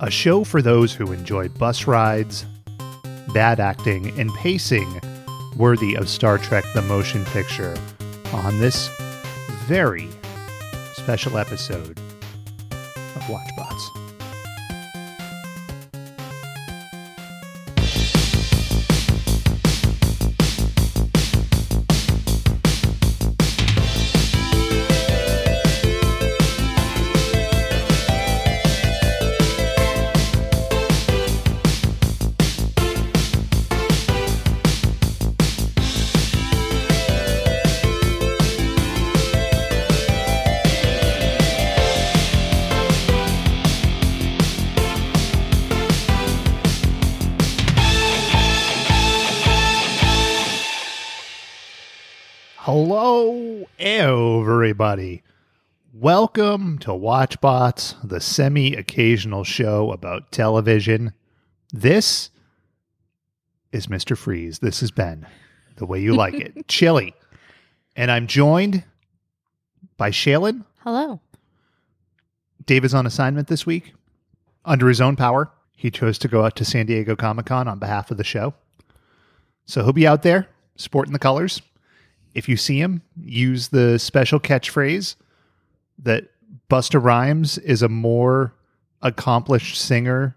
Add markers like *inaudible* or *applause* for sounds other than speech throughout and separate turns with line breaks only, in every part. a show for those who enjoy bus rides, bad acting, and pacing worthy of Star Trek the Motion Picture on this very special episode of Watchbots. Hello, everybody. Welcome to Watchbots, the semi occasional show about television. This is Mr. Freeze. This is Ben, the way you like it, chilly. And I'm joined by Shaylin.
Hello.
Dave is on assignment this week. Under his own power, he chose to go out to San Diego Comic Con on behalf of the show. So he'll be out there sporting the colors. If you see him, use the special catchphrase that Busta Rhymes is a more accomplished singer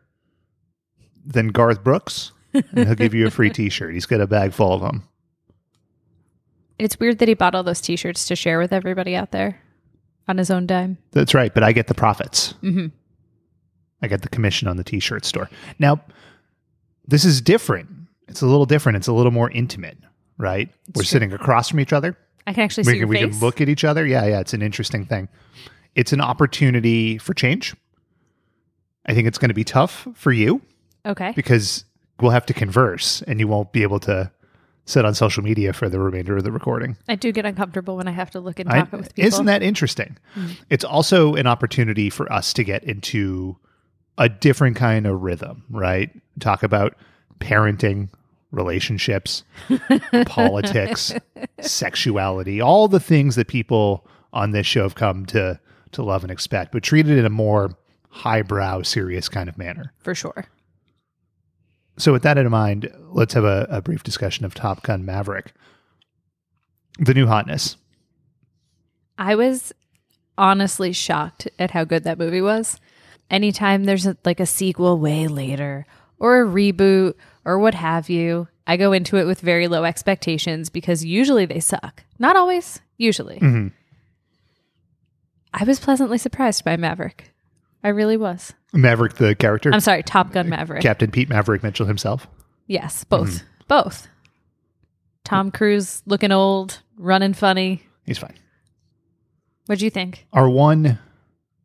than Garth Brooks, and he'll give you a free t shirt. He's got a bag full of them.
It's weird that he bought all those t shirts to share with everybody out there on his own dime.
That's right, but I get the profits.
Mhm.
I get the commission on the t-shirt store. Now, this is different. It's a little different. It's a little more intimate, right? We're
true.
sitting across from each other.
I can actually see
We
your
can, we
face.
can look at each other. Yeah, yeah. It's an interesting thing. It's an opportunity for change. I think it's going to be tough for you
okay.
because we'll have to converse, and you won't be able to sit on social media for the remainder of the recording.
I do get uncomfortable when I have to look and
I-
talk with people. Hmm.
Isn't that interesting? It's also an opportunity for us to get into a different kind of rhythm, right? Talk about parenting,
*laughs*
relationships, politics, sexuality, all the things that people on this show have come to to love and expect, but treated in a more highbrow, serious kind of manner.
for sure?
So, with that in mind, let's have a, a brief discussion of Top Gun Maverick, the new hotness.
I was honestly shocked at how good that movie was. Anytime there's a, like a sequel way later or a reboot or what have you, I go into it with very low expectations because usually they suck. Not always, usually.
Mhm.
I was pleasantly surprised by Maverick. I really was.
Maverick, the character.
I'm sorry, Top Gun Maverick.
Captain Pete Maverick Mitchell himself.
Yes, both.
Mm-hmm.
Both. Tom Cruise looking old, running funny.
He's fine.
What'd you think?
Our one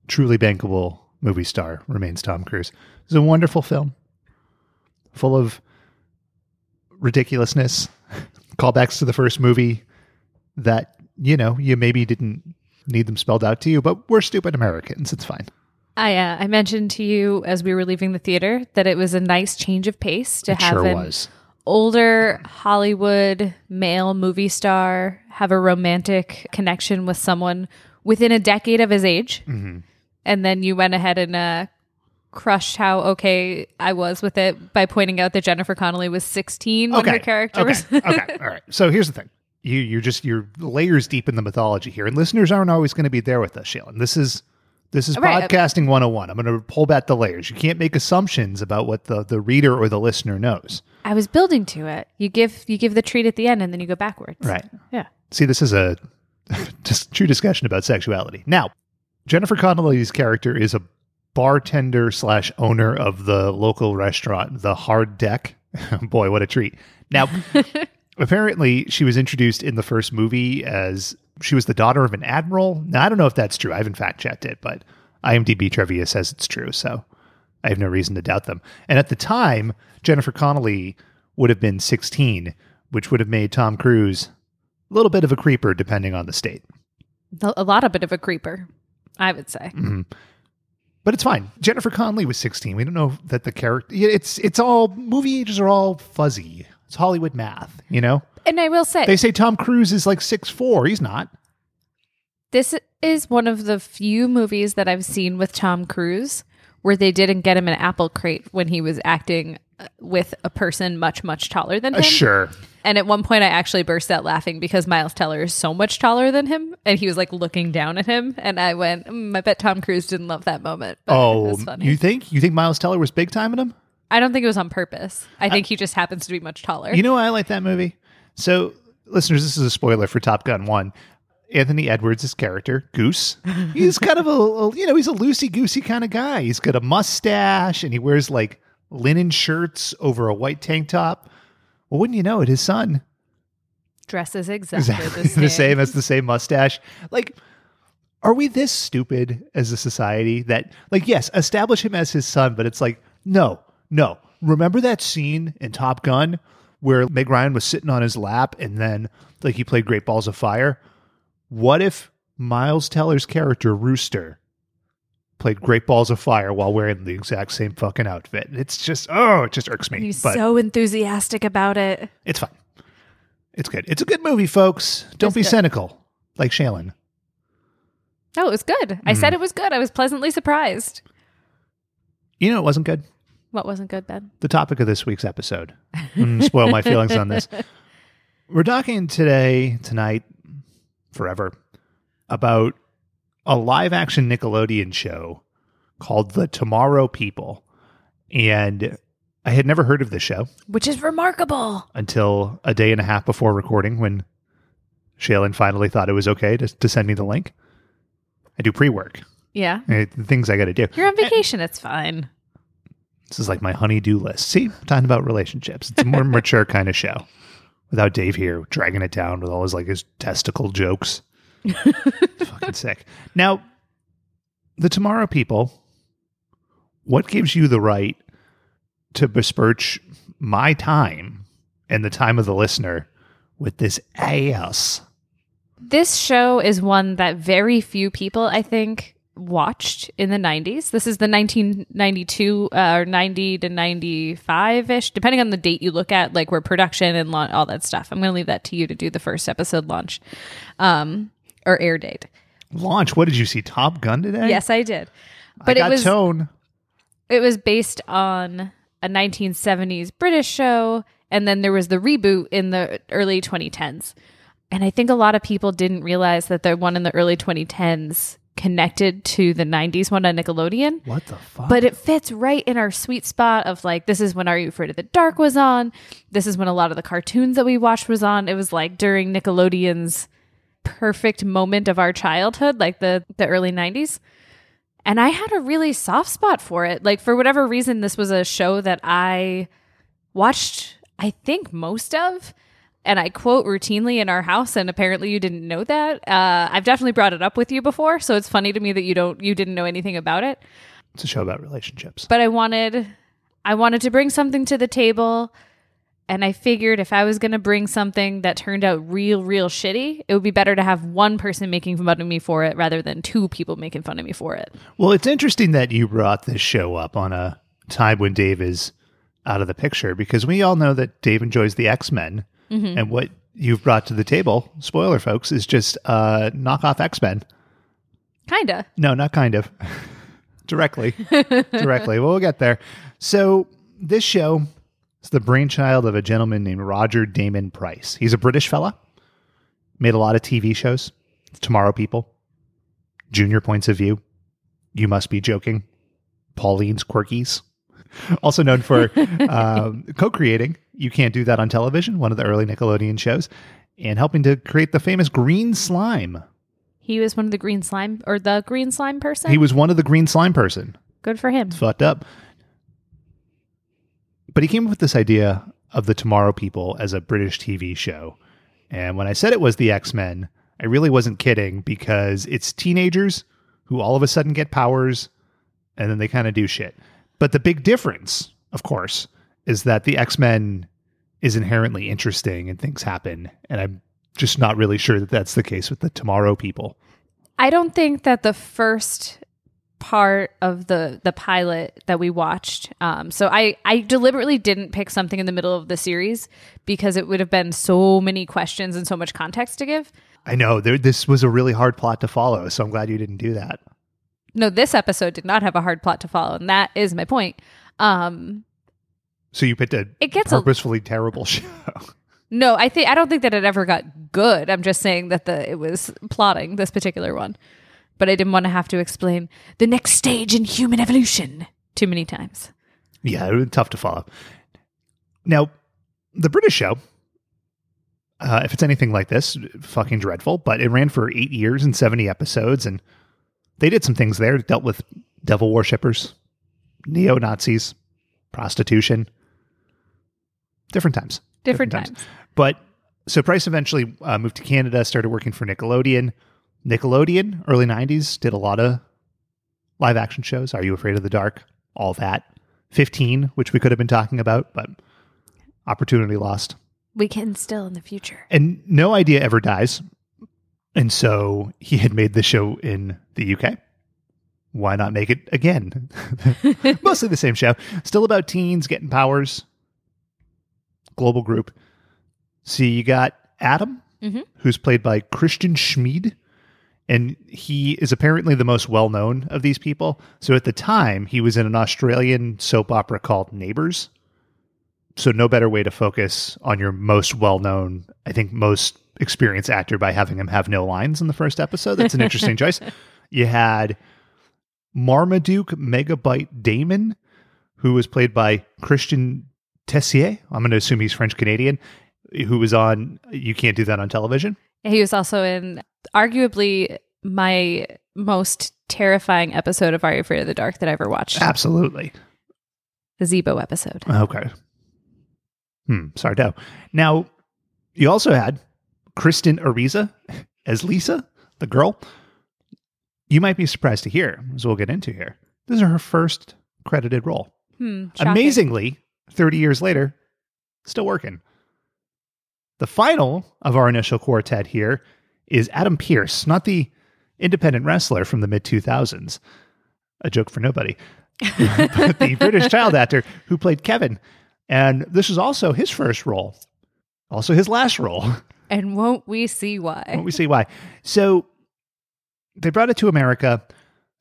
truly bankable movie star remains Tom Cruise. It's a wonderful film, full of ridiculousness, *laughs* callbacks to the first movie that you know you maybe didn't need them spelled out to you, but we're stupid Americans. It's fine.
I uh, I mentioned to you as we were leaving the theater that it was a nice change of pace to
it
have
sure
an
was.
older Hollywood male movie star have a romantic connection with someone within a decade of his age,
Mm-hmm.
and then you went ahead and uh, crushed how okay I was with it by pointing out that Jennifer Connelly was sixteen when her character was.
okay. okay. All
*laughs*
right. So here's the thing. You you're just you're layers deep in the mythology here, and listeners aren't always going to be there with us, Shaylin. This is this is
Right.
podcasting 101. I'm going to pull back the layers. You can't make assumptions about what the the reader or the listener knows.
I was building to it. You give you give the treat at the end, and then you go backwards.
Right.
Yeah.
See, this is a *laughs* just true discussion about sexuality. Now, Jennifer Connelly's character is a bartender slash owner of the local restaurant, the Hard Deck. *laughs* Boy, what a treat! Now, apparently, she was introduced in the first movie as she was the daughter of an admiral. Now, I don't know if that's true. I haven't fact checked it, but IMDb trivia says it's true, so I have no reason to doubt them. And at the time, Jennifer Connelly would have been 16, which would have made Tom Cruise a little bit of a creeper depending on the state.
A a lot of bit of a creeper, I would say.
Mm. But it's fine. Jennifer Connelly was 16. We don't know that the character yeah, it's it's all movie ages are all fuzzy. It's Hollywood math, you know?
And I will say
They say Tom Cruise is like six four. He's not.
this is one of the few movies that I've seen with Tom Cruise where they didn't get him an apple crate when he was acting uh, with a person much, much taller than
Uh,
him.
sure.
And at one point, I actually burst out laughing because Miles Teller is so much taller than him, and he was like looking down at him. And I went, mm, I bet Tom Cruise didn't love that moment. But it
Oh,
was funny.
you think you think Miles Teller was big time in him?
I don't think it was on purpose. I think he just happens to be much taller.
You know why I like that movie? So, listeners, this is a spoiler for Top Gun 1. Anthony Edwards' his character, Goose, he's kind of a, a- you know, he's a loosey-goosey kind of guy. He's got a mustache and he wears like linen shirts over a white tank top. Well, wouldn't you know it, his son
Dresses exactly,
*laughs* exactly
the same.
as the same mustache. Like, are we this stupid as a society that, like, yes, establish him as his son, but it's like, no, no. Remember that scene in Top Gun where Meg Ryan was sitting on his lap and then, like, he played Great Balls of Fire? What if Miles Teller's character, Rooster, played Great Balls of Fire while wearing the exact same fucking outfit? It's just, oh, it just irks me.
He's
but
so enthusiastic about it.
it's fine. It's good. It's a good movie, folks. Don't
It's
be
good.
cynical like Shailen.
No, it was good. I said it was good. I was pleasantly surprised.
You know, it wasn't good.
What wasn't good, Ben?
The topic of this week's episode. Mm, spoil my feelings on
*laughs*
this. We're talking today, tonight, forever, about a live action Nickelodeon show called The Tomorrow People. And I had never heard of this show
Which is remarkable.
until a day and a half before recording when Shailen finally thought it was okay to, to send me the link. I do pre work.
Yeah.
Uh, the things I got to do.
You're on vacation. It's fine.
This is like my honeydew list. See, I'm talking about relationships. It's a
*laughs*
more mature kind of show without Dave here dragging it down with all his like his testicle
*laughs*
jokes. It's fucking sick. Now, the Tomorrow People, what gives you the right to besmirch my time and the time of the listener with this ass?
This show is one that very few people, I think, watched in the 90s. This is the 1992 uh, or 90 to 95 ish, depending on the date you look at, like where production and launch, all that stuff. I'm going to leave that to you to do the first episode launch um, or air date.
Launch. What did you see? Top Gun today?
Yes, I did.
I
But
got
it was
tone.
it was based on a 1970s British show, and then there was the reboot in the early 2010s. And I think a lot of people didn't realize that the one in the early 2010s connected to the 90s one on Nickelodeon.
What the fuck?
But it fits right in our sweet spot of like, this is when Are You Afraid of the Dark was on. This is when a lot of the cartoons that we watched was on. It was like during Nickelodeon's perfect moment of our childhood, like the, the early 90s. And I had a really soft spot for it. Like, for whatever reason, this was a show that I watched, I think, most of. And I quote routinely in our house, and apparently you didn't know that. Uh, I've definitely brought it up with you before, so it's funny to me that you don't, you didn't know anything about it
it's a show about relationships.
but I wanted I wanted to bring something to the table and I figured if I was going to bring something that turned out real real shitty, it would be better to have one person making fun of me for it rather than two people making fun of me for it.
Well, it's interesting that you brought this show up on a time when Dave is out of the picture because we all know that Dave enjoys the X Men. And what you've brought to the table, spoiler folks, is just uh, knockoff X Men.
Kinda.
No, not kind of. Directly. Directly. Well, we'll get there. So, this show is the brainchild of a gentleman named Roger Damon Price. He's a British fella, made a lot of TV shows Tomorrow People, Junior Points of View, You Must Be Joking, Pauline's Quirkies. *laughs* Also known for um, co creating You Can't Do That on Television, one of the early Nickelodeon shows, and helping to create the famous green slime.
He was one of the green slime or the green slime person.
He was one of the green slime person.
Good for him.
fucked up. But he came up with this idea of the Tomorrow People as a British TV show. And when I said it was the X Men, I really wasn't kidding because it's teenagers who all of a sudden get powers and then they kind of do shit. But the big difference, of course, is that the X Men is inherently interesting and things happen. And I'm just not really sure that that's the case with the Tomorrow People.
I don't think that the first part of the the pilot that we watched um so i i deliberately didn't pick something in the middle of the series because it would have been so many questions and so much context to give
I know there, this was a really hard plot to follow, so I'm glad you didn't do that.
No, this episode did not have a hard plot to follow, and that is my point. Um,
So you picked a
It gets a-
purposefully terrible *laughs* show.
no, I think I don't think that it ever got good. I'm just saying that the it was plotting this particular one, but I didn't want to have to explain the next stage in human evolution too many times.
yeah, it was tough to follow. Now, the British show, uh, if it's anything like this, fucking dreadful. But it ran for eight years and seventy episodes, and they did some things there. Dealt with devil worshippers, neo Nazis, prostitution, different times.
Different,
Different
times.
But so Price eventually uh, moved to Canada, started working for Nickelodeon. Nickelodeon, early 90s, did a lot of live action shows. Are You Afraid of the Dark? All that. 15, which we could have been talking about, but opportunity lost.
We can still in the future.
And no idea ever dies. And so he had made the show in the UK. Why not make it again? *laughs* Mostly the same show. Still about teens getting powers. Global group. See, you got Adam,
Mhm.
who's played by Christian Schmid. And he is apparently the most well known of these people. So at the time, he was in an Australian soap opera called Neighbours. So, no better way to focus on your most well known, I think, most experienced actor by having him have no lines in the first episode. That's an interesting choice. You had Marmaduke Megabyte Damon, who was played by Christian Tessier. I'm going to assume he's French Canadian, who was on You Can't Do That on Television.
He was also in arguably my most terrifying episode of Are You Afraid of the Dark that I ever watched,
Absolutely.
the Zebo episode.
Okay. Hmm. Sardo. Now, you also had Kristen Ariza as Lisa, the girl. You might be surprised to hear, as we'll get into here. This is her first credited role.
Hmm, shocking.
Amazingly, 30 years later, still working. The final of our initial quartet here is Adam Pierce, not the independent wrestler from the mid 2000s. A joke for nobody. but the British child actor who played Kevin. And this is also his first role, also his last role.
And won't we see why?
Won't we see why? So they brought it to America.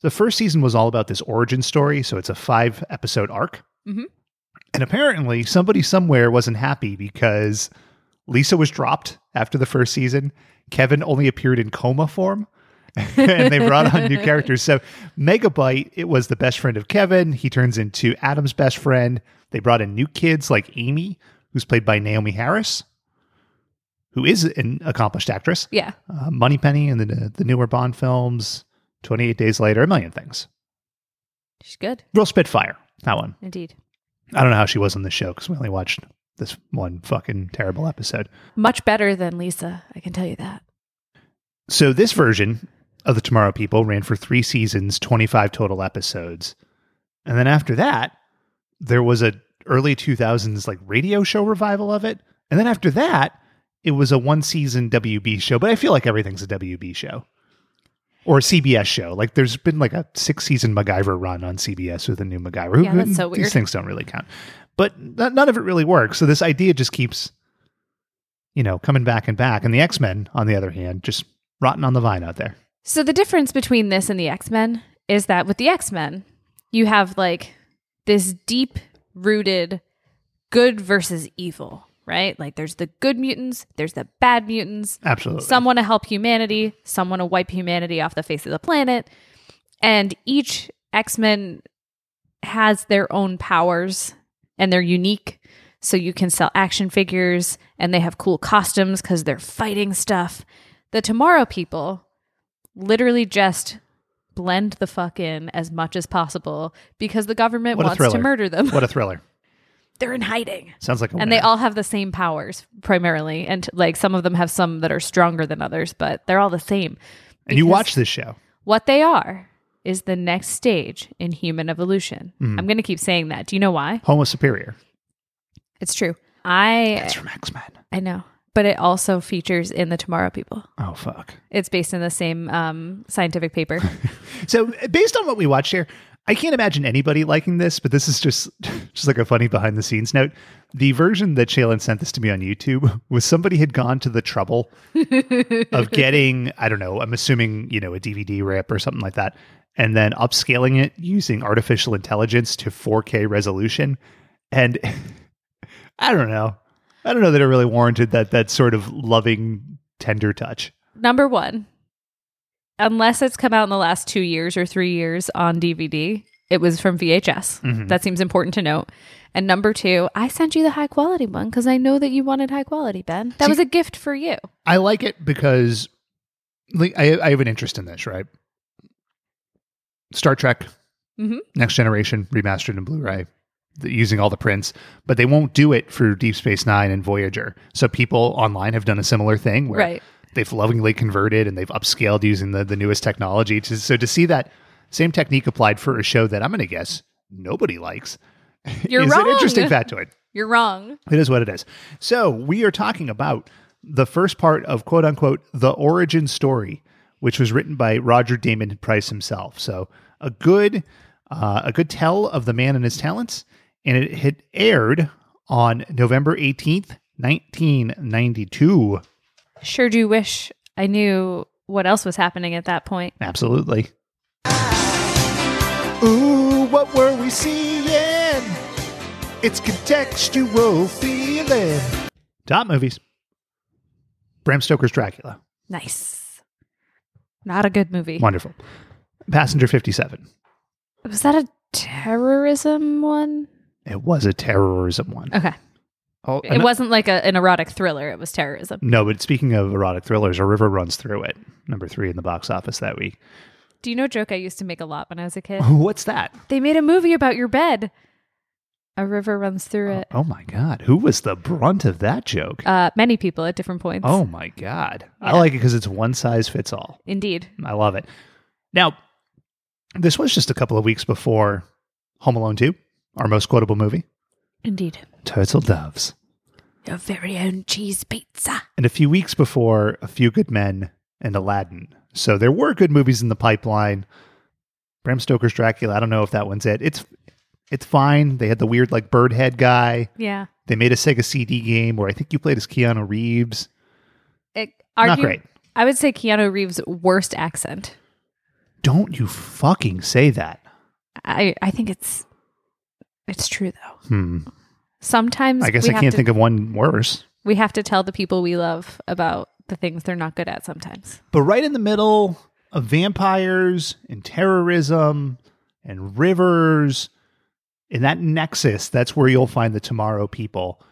The first season was all about this origin story, so it's a five episode arc.
Mhm.
And apparently, somebody somewhere wasn't happy because Lisa was dropped after the first season. Kevin only appeared in coma form, *laughs* and they brought on new characters. So Megabyte, it was the best friend of Kevin. He turns into Adam's best friend. They brought in new kids like Amy, who's played by Naomi Harris, who is an accomplished actress
Yeah.
uh, Money Penny and the the newer Bond films, Twenty Eight Days Later, a million things.
She's good.
Real Spitfire, that one.
Indeed.
I don't know how she was on the show because we only watched this one fucking terrible episode.
Much better than Lisa, I can tell you that.
So this version of the Tomorrow People ran for three seasons, twenty five total episodes, and then after that, there was a early two thousands like radio show revival of it, and then after that, it was a one season WB show. But I feel like everything's a WB show. or a CBS show. Like there's been like a six season MacGyver run on CBS with a new MacGyver. Who-
Yeah, that's so
These
weird.
things don't really count, but n- none of it really works. So this idea just keeps, you know, coming back and back. And the X Men, on the other hand, just rotting on the vine out there.
So the difference between this and the X-Men is that with the X-Men, you have like this deep rooted good versus evil, right? Like there's the good mutants, there's the bad mutants.
Absolutely.
Some want to help humanity, some want to wipe humanity off the face of the planet. And each X Men has their own powers and they're unique. So you can sell action figures and they have cool costumes because they're fighting stuff. The Tomorrow people literally just blend the fuck in as much as possible because the government
What a
wants to
thriller.
murder them. *laughs*
what a thriller!
they're in hiding
Sounds like a
and they
winner.
all have the same powers primarily and like some of them have some that are stronger than others but they're all the same
and you
because-
watch this show.
what they are is the next stage in human evolution
Mm-hmm.
i'm going to keep saying that do you know why
Homo Superior.
it's true i
It's from X Men.
i know but it also features in the tomorrow people
Oh fuck. *laughs*
it's based in the same um, scientific paper
So based on what we watched here, I can't imagine anybody liking this, but this is just *laughs* just like a funny behind the scenes note. The version that Shaylin sent this to me on YouTube *laughs* was somebody had gone to the trouble of getting, I don't know, I'm assuming, you know, a DVD rip or something like that, and then upscaling it using artificial intelligence to 4K resolution. And *laughs* I don't know. I don't know that it really warranted that that sort of loving, tender touch.
Number one, unless it's come out in the last two years or three years on DVD, it was from VHS.
Mhm.
Mm-hmm. That seems important to note. And number two, I sent you the high quality one because I know that you wanted high quality, Ben. That
See-
was a gift for you.
I like it because like, I, I have an interest in this, right? Star Trek,
Mhm.
Next Generation, remastered in Blu ray, using all the prints, but they won't do it for Deep Space Nine and Voyager. So people online have done a similar thing where
Right.
they've lovingly converted and they've upscaled using the, the newest technology. To, so to see that same technique applied for a show that I'm going to guess nobody likes *laughs*
You're
is
wrong.
an interesting factoid.
You're wrong.
It is what it is. So we are talking about the first part of quote unquote the origin story, which was written by Roger Damon Price himself. So a good uh, a good tell of the man and his talents, and it had aired on November eighteenth, nineteen ninety two.
Sure do wish I knew what else was happening at that point.
Absolutely. Ooh, what were we seeing? It's contextual feeling. Top movies. Bram Stoker's Dracula.
Nice. Not a good movie.
Wonderful. Passenger 57.
Was that a terrorism one?
It was a terrorism one.
Okay.
Oh,
It wasn't like a, an erotic thriller. It was terrorism.
No, but speaking of erotic thrillers, A River Runs Through It, number three in the box office that week. Oh,
Do you know a joke I used to make a lot when I was a kid?
What's that?
They made a movie about your bed. A river runs through it.
Oh my God. Who was the brunt of that joke?
Uh, many people at different points.
Oh my God. I
Yeah.
like it because it's one size fits all.
Indeed.
I love it. Now, this was just a couple of weeks before Home Alone 2, our most quotable movie,
Indeed.
Turtle Doves.
Your very own cheese pizza.
And a few weeks before A Few Good Men and Aladdin. So there were good movies in the pipeline. Bram Stoker's Dracula, I don't know if that one's it. It's it's fine. They had the weird like bird head guy.
Yeah.
They made a Sega CD game where I think you played as Keanu Reeves.
It,
Not
argue-
great.
I would say Keanu Reeves' worst accent.
Don't you fucking say that.
I, I think it's it's true though.
Hmm.
Sometimes
I guess
we
I
have
can't
to,
think of one worse.
we have to tell the people we love about the things they're not good at sometimes.
But right in the middle of vampires and terrorism and rivers, in that nexus, that's where you'll find the tomorrow people.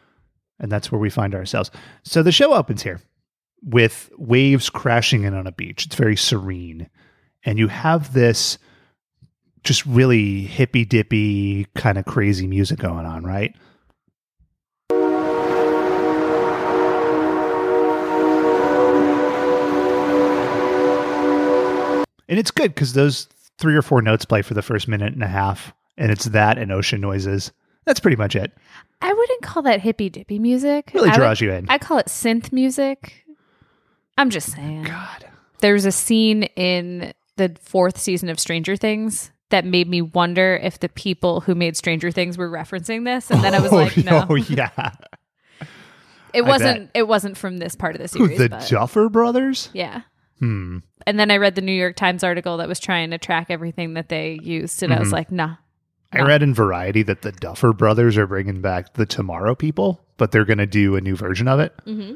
And that's where we find ourselves. So the show opens here with waves crashing in on a beach. It's very serene. And you have this just really hippy dippy kind of crazy music going on, right? And it's good because those three or four notes play for the first minute and a half, and it's that and ocean noises. That's pretty much it.
I wouldn't call that hippy dippy music.
Really
I would-
draws you in.
I call it synth music. I'm just saying.
God.
There's a scene in the fourth season of Stranger Things that made me wonder if the people who made Stranger Things were referencing this, and *laughs* then I was like, no,
*laughs* Oh, yeah. I
it wasn't. It wasn't from this part of the
Who,
*laughs* series.
the
but-
Duffer Brothers?
yeah.
Hmm.
And then I read the New York Times article that was trying to track everything that they used, and I was like, nah.
I read in Variety that the Duffer Brothers are bringing back the Tomorrow People, but they're going to do a new version of it.
Mm-hmm.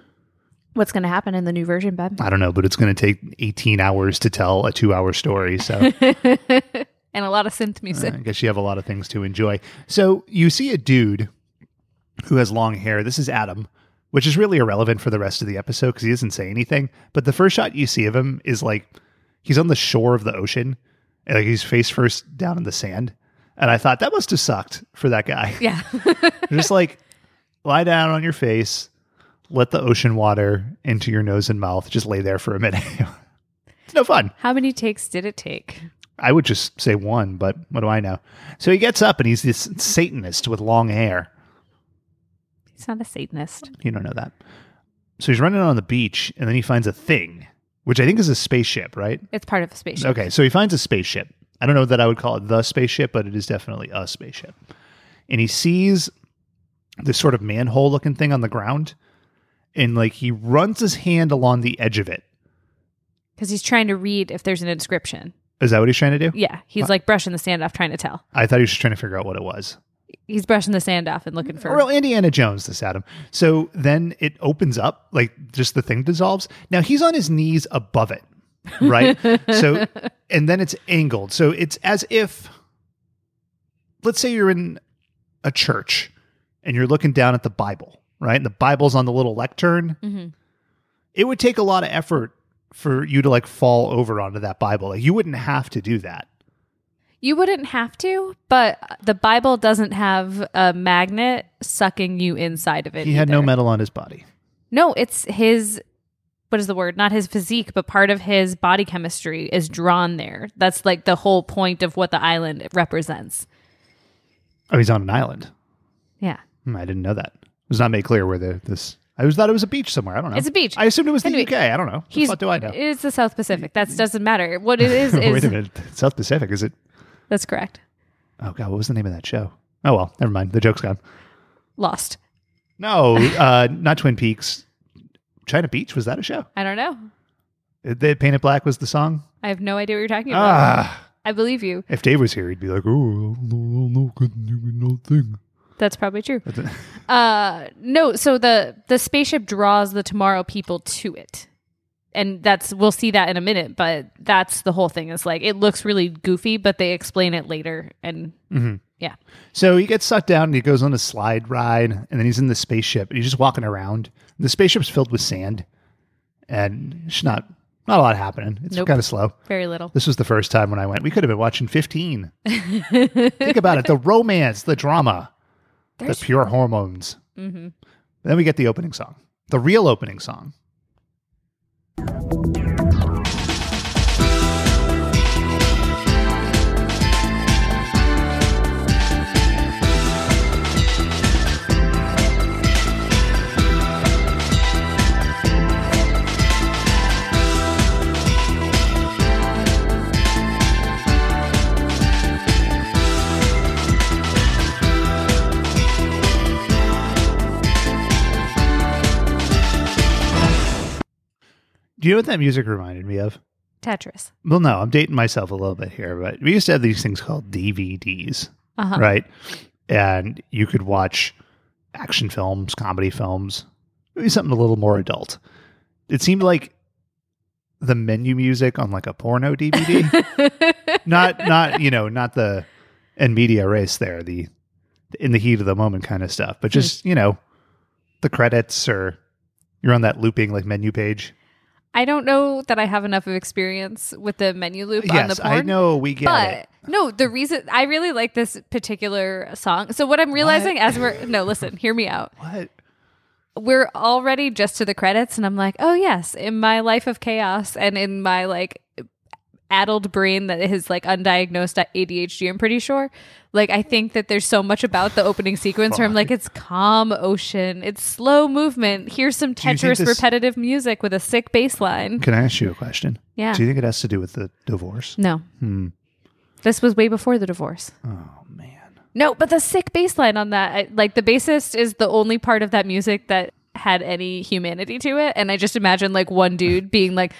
What's going to happen in the new version, Beb?
I don't know, but it's going to take 18 hours to tell a two hour story.
*laughs*
So
And a lot of synth music.
I guess you have a lot of things to enjoy. So you see a dude who has long hair. This is Adam, which is really irrelevant for the rest of the episode because he doesn't say anything. But the first shot you see of him is like he's on the shore of the ocean, and like he's face first down in the sand. And I thought that must have sucked for that guy. *laughs*
*laughs* Yeah.
Just like lie down on your face, let the ocean water into your nose and mouth. Just lay there for a minute. *laughs* it's no fun.
How many takes did it take?
I would just say one, but what do I know? So he gets up and he's this Satanist with long hair.
He's not a Satanist.
You don't know that. So he's running on the beach and then he finds a thing, which I think is a spaceship, right?
It's part of a spaceship.
Okay, so he finds a spaceship I don't know that I would call it the spaceship, but it is definitely a spaceship. And he sees this sort of manhole looking thing on the ground. And like he runs his hand along the edge of it.
because he's trying to read if there's an inscription.
Is that what he's trying to do?
Yeah, he's like brushing the sand off, trying to tell.
I thought he was just trying to figure out what it was.
He's brushing the sand off and looking for.
Well, Indiana Jones, this Adam. So then it opens up, like just the thing dissolves. Now he's on his knees above it, right? so, and then it's angled. So it's as if, let's say you're in a church and you're looking down at the Bible, right? And the Bible's on the little lectern.
Mhm.
It would take a lot of effort for you to like fall over onto that Bible. Like you wouldn't have to do that.
You wouldn't have to, but the Bible doesn't have a magnet sucking you inside of it.
He had no
either.
metal on his body.
No, it's his. What is the word? Not his physique, but part of his body chemistry is drawn there. That's like the whole point of what the island represents.
Oh, he's on an island.
Yeah,
Hmm, I didn't know that. It was not made clear where the this. I was thought it was a beach somewhere. I don't know.
It's a beach.
I assumed it was the
Anyway,
UK. I don't know.
he's.
what do I know?
It's the South Pacific. That doesn't matter. What it
*laughs*
is
Wait a
is
minute. South Pacific is it?
that's correct.
Oh god, what was the name of that show? Oh well, never mind. The joke's gone.
Lost. *laughs*
No, uh, not Twin Peaks. China Beach was that a show?
I don't know.
The Painted Black was the song.
I have no idea what you're talking about.
Ah,
I believe you.
if Dave was here, he'd be like, "Oh, no, no, no, couldn't do nothing."
That's probably true.
But *laughs* the-
Uh, no, so the the spaceship draws the tomorrow people to it. And that's we'll see that in a minute, but that's the whole thing. It's like it looks really goofy, but they explain it later and
Mm-hmm.
yeah.
So he gets sucked down and he goes on a slide ride, and then he's in the spaceship and he's just walking around. The spaceship's filled with sand, and it's not not a lot happening. It's
Nope.
kind of slow.
Very little.
This was the first time when I went. We could have been watching
*laughs*
fifteen. Think about it: the romance, the drama,
There's- Mm-hmm.
the pure hormones. Then we get the opening song, the real opening song. Do you know what that music reminded me of?
Tetris.
Well, no, I'm dating myself a little bit here, but we used to have these things called DVDs,
Uh-huh. *laughs*
right? And you could watch action films, comedy films, maybe something a little more adult. It seemed like the menu music on like a porno
*laughs*
DVD, not not you know not the and media race there the in the heat of the moment kind of stuff, but just
Hmm.
you know the credits or you're on that looping like menu page.
I don't know that I have enough of experience with the menu loop on the
yes,
porn.
I know we get
but
it.
no, the reason I really like this particular song. So what I'm realizing as we're no, listen, hear me out.
What?
we're already just to the credits and i'm like oh yes in my life of chaos and in my like addled brain that is like undiagnosed adhd i'm pretty sure like i think that there's so much about the opening sequence where i'm like it's calm ocean it's slow movement here's some
you think
tetris
this-
repetitive music with a sick bass line
Can I ask you a question?
Yeah.
Do you think it has to do with the divorce?
no this was way before the divorce
Hmm. Oh man.
No, but the sick bass line on that, I, like the bassist is the only part of that music that had any humanity to it. And I just imagine like one
*laughs*
dude being like,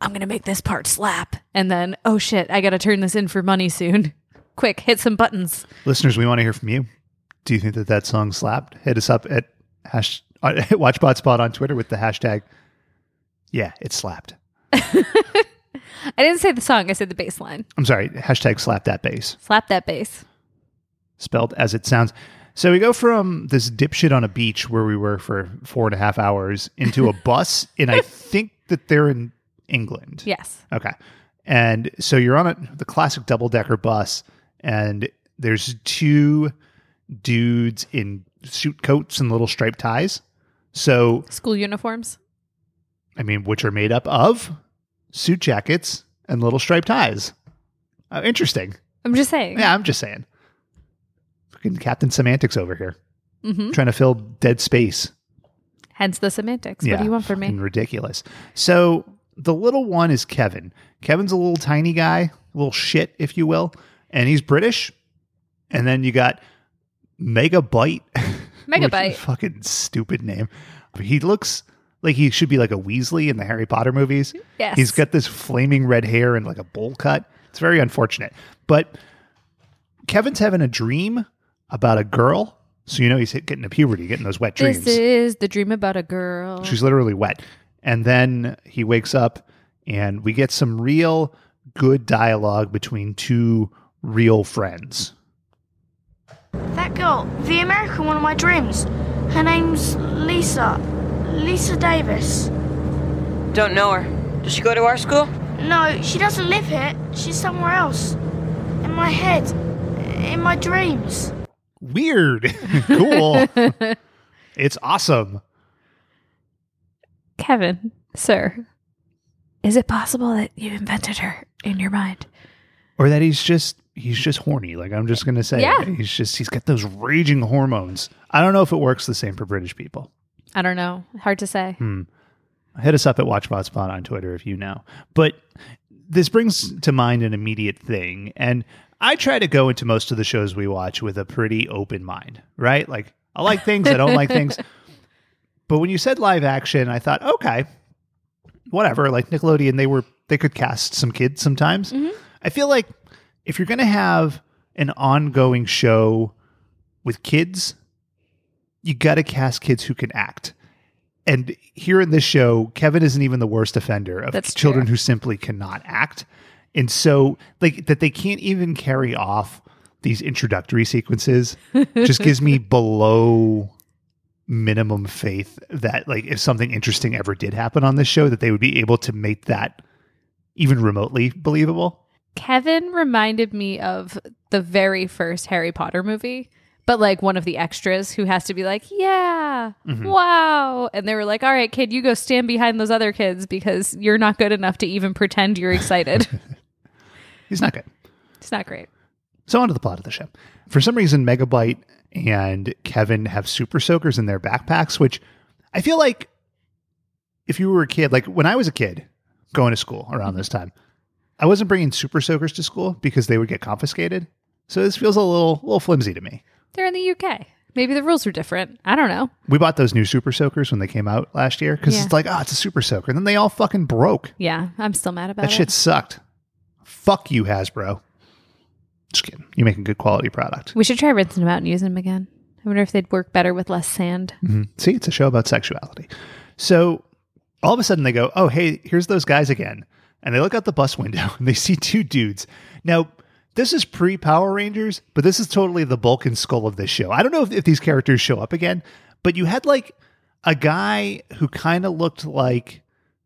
I'm going to make this part slap. And then, oh shit, I got to turn this in for money soon. *laughs* Quick, hit some buttons.
Listeners, we want to hear from you. Do you think that that song slapped? Hit us up at hash uh, *laughs* at WatchBotSpot on Twitter with the hashtag. Yeah, it slapped.
I didn't say the song, I said the bass line.
I'm sorry. Hashtag slap that bass,
Slap that bass.
spelled as it sounds. So we go from this dipshit on a beach where we were for four and a half hours into a bus, and I think that they're in England.
Yes.
Okay. And so you're on a, the classic double decker bus, and there's two dudes in suit coats and little striped ties. So,
School uniforms.
I mean, which are made up of suit jackets and little striped ties. Uh, interesting.
I'm just saying.
Yeah, I'm just saying. Fucking Captain Semantics over here,
hmm
trying to fill dead space.
Hence the semantics. What do you want from me?
fucking Ridiculous. So the little one is Kevin. Kevin's a little tiny guy, a little shit, if you will, and he's British. And then you got Megabyte. *laughs* which is a
Megabyte.
fucking stupid name. He looks like he should be like a Weasley in the Harry Potter movies.
Yes.
He's got this flaming red hair and like a bowl cut. It's very unfortunate. But Kevin's having a dream about a girl. So you know he's hit- getting to puberty, getting those wet dreams.
This is the dream about a girl.
She's literally wet. And then he wakes up and we get some real good dialogue between two real friends.
That girl, the American one of my dreams. Her name's Lisa. Lisa Davis.
Don't know her. Does she go to our school?
No, she doesn't live here. She's somewhere else. In my head. In my dreams.
Weird. *laughs* cool. it's awesome.
Kevin, sir, is it possible that you invented her in your mind?
Or that he's just he's just horny. Like I'm just gonna say
Yeah.
he's just he's got those raging hormones. I don't know if it works the same for British people.
I don't know. Hard to say.
hit us up at WatchBotSpot on Twitter if you know. But this brings to mind an immediate thing. And I try to go into most of the shows we watch with a pretty open mind, right? Like, I like things, I don't like things. But when you said live action, I thought, okay, whatever. Like Nickelodeon, they were they could cast some kids sometimes. I feel like if you're going to have an ongoing show with kids, you got to cast kids who can act. And here in this show, Kevin isn't even the worst offender of
That's
children
true.
who simply cannot act. And so, like, that they can't even carry off these introductory sequences just gives
*laughs*
me below minimum faith that, like, if something interesting ever did happen on this show, that they would be able to make that even remotely believable.
Kevin reminded me of the very first Harry Potter movie, but like one of the extras who has to be like, yeah, wow. And they were like, all right, kid, you go stand behind those other kids because you're not good enough to even pretend you're excited.
He's not good.
it's not great.
So onto the plot of the show. For some reason, Megabyte and Kevin have super soakers in their backpacks, which I feel like if you were a kid, like when I was a kid going to school around this time, I wasn't bringing super soakers to school because they would get confiscated. So this feels a little, little flimsy to me.
They're in the UK. Maybe the rules are different. I don't know.
We bought those new super soakers when they came out last year because
Yeah.
it's like, oh, it's a super soaker. And then they all fucking broke.
Yeah, I'm still mad about
That
it.
shit sucked. Fuck you, Hasbro. Just kidding. You're making good quality product.
We should try rinsing them out and using them again. I wonder if they'd work better with less sand.
Mhm. See, it's a show about sexuality. So all of a sudden they go, oh, hey, here's those guys again. And they look out the bus window *laughs* and they see two dudes. Now, this is pre Power Rangers, but this is totally the bulk and skull of this show. I don't know if, if these characters show up again, but you had like a guy who kind of looked like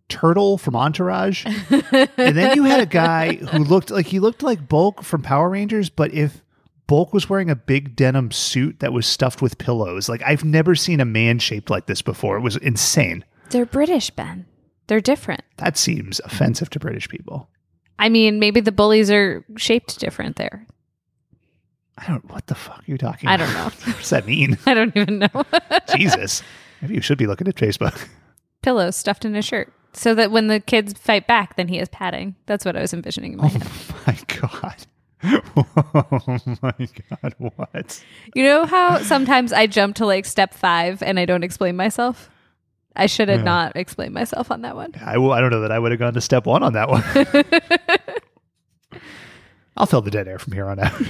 Turtle from Entourage. and then you had a
*laughs*
guy who looked like he looked like Bulk from Power Rangers, but if Bulk was wearing a big denim suit that was stuffed with pillows, like I've never seen a man shaped like this before. It was insane.
They're British, Ben. They're different.
That seems offensive to British people.
I mean, maybe the bullies are shaped different there.
I don't. What the fuck are you talking?
I don't
about?
know.
*laughs* what does that
*laughs*
mean?
I don't even know.
Jesus. Maybe you should be looking at Facebook. *laughs*
Pillows stuffed in a shirt. So that when the kids fight back, then he is padding. That's what I was envisioning in my
Oh.
head.
my God. *laughs* oh my God. What?
You know how sometimes I jump to like step five and I don't explain myself? I should have not explained myself on that one.
I will. I don't know that I would have gone to step one on that
*laughs*
one. I'll fill the dead air from here on out.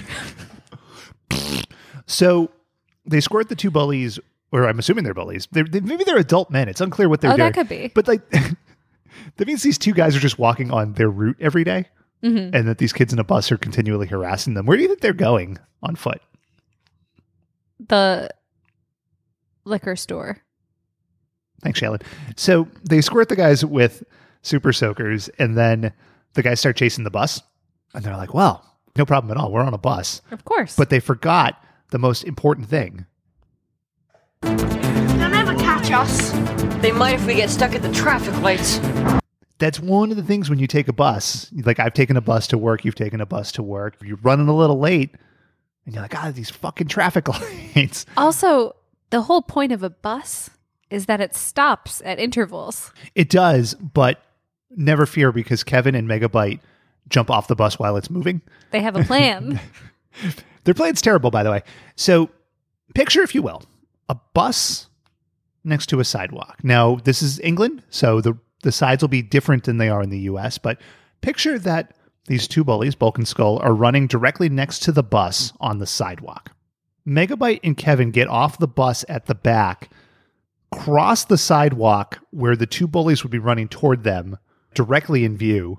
*laughs* so they squirt the two bullies, or I'm assuming they're bullies. They're, they, maybe they're adult men. It's unclear what they're
Oh,
doing.
that could be.
But like, *laughs* that means these two guys are just walking on their route every day,
Mm-hmm.
and that these kids in a bus are continually harassing them. Where do you think they're going on foot?
The liquor store.
Thanks, Shailen. So they squirt the guys with super soakers, and then the guys start chasing the bus. And they're like, well, no problem at all. We're on a bus.
Of course.
But they forgot the most important thing.
They'll never catch us.
They might if we get stuck at the traffic lights.
That's one of the things when you take a bus. Like, I've taken a bus to work. You've taken a bus to work. You're running a little late, and you're like, ah, these fucking traffic *laughs* lights.
Also, the whole point of a bus is that it stops at intervals.
It does, but never fear because Kevin and Megabyte jump off the bus while it's moving.
They have a plan.
Their plan's terrible, by the way. So, picture, if you will, a bus next to a sidewalk. Now, this is England, so the the sides will be different than they are in the U.S. But picture that these two bullies, Bulk and Skull, are running directly next to the bus on the sidewalk. Megabyte and Kevin get off the bus at the back, cross the sidewalk where the two bullies would be running toward them, directly in view,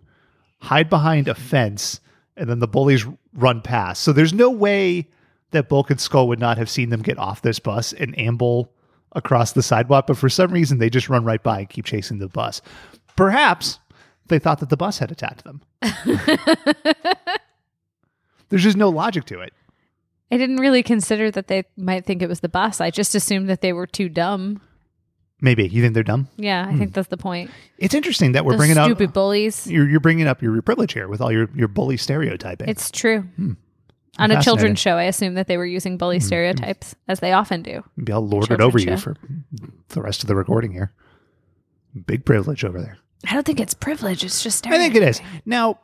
hide behind a fence, and then the bullies run past. So there's no way that Bulk and Skull would not have seen them get off this bus and amble across the sidewalk, but for some reason they just run right by and keep chasing the bus. Perhaps they thought that the bus had attacked them. There's just no logic to it.
I didn't really consider that they might think it was the bus. I just assumed that they were too dumb.
Maybe you think they're dumb.
Yeah, I think that's the point.
It's interesting that we're
Those
Hmm. bringing up
stupid bullies.
you're, you're bringing up your, your privilege here with all your, your bully stereotyping.
It's true. On a
Hmm. Fascinating. Hmm.
children's show, I assume that they were using bully stereotypes, as they often do.
Maybe I'll lord it
Children
over you
show.
for the rest of the recording here. Big privilege over there.
I don't think it's privilege. It's just
I think it is. Now,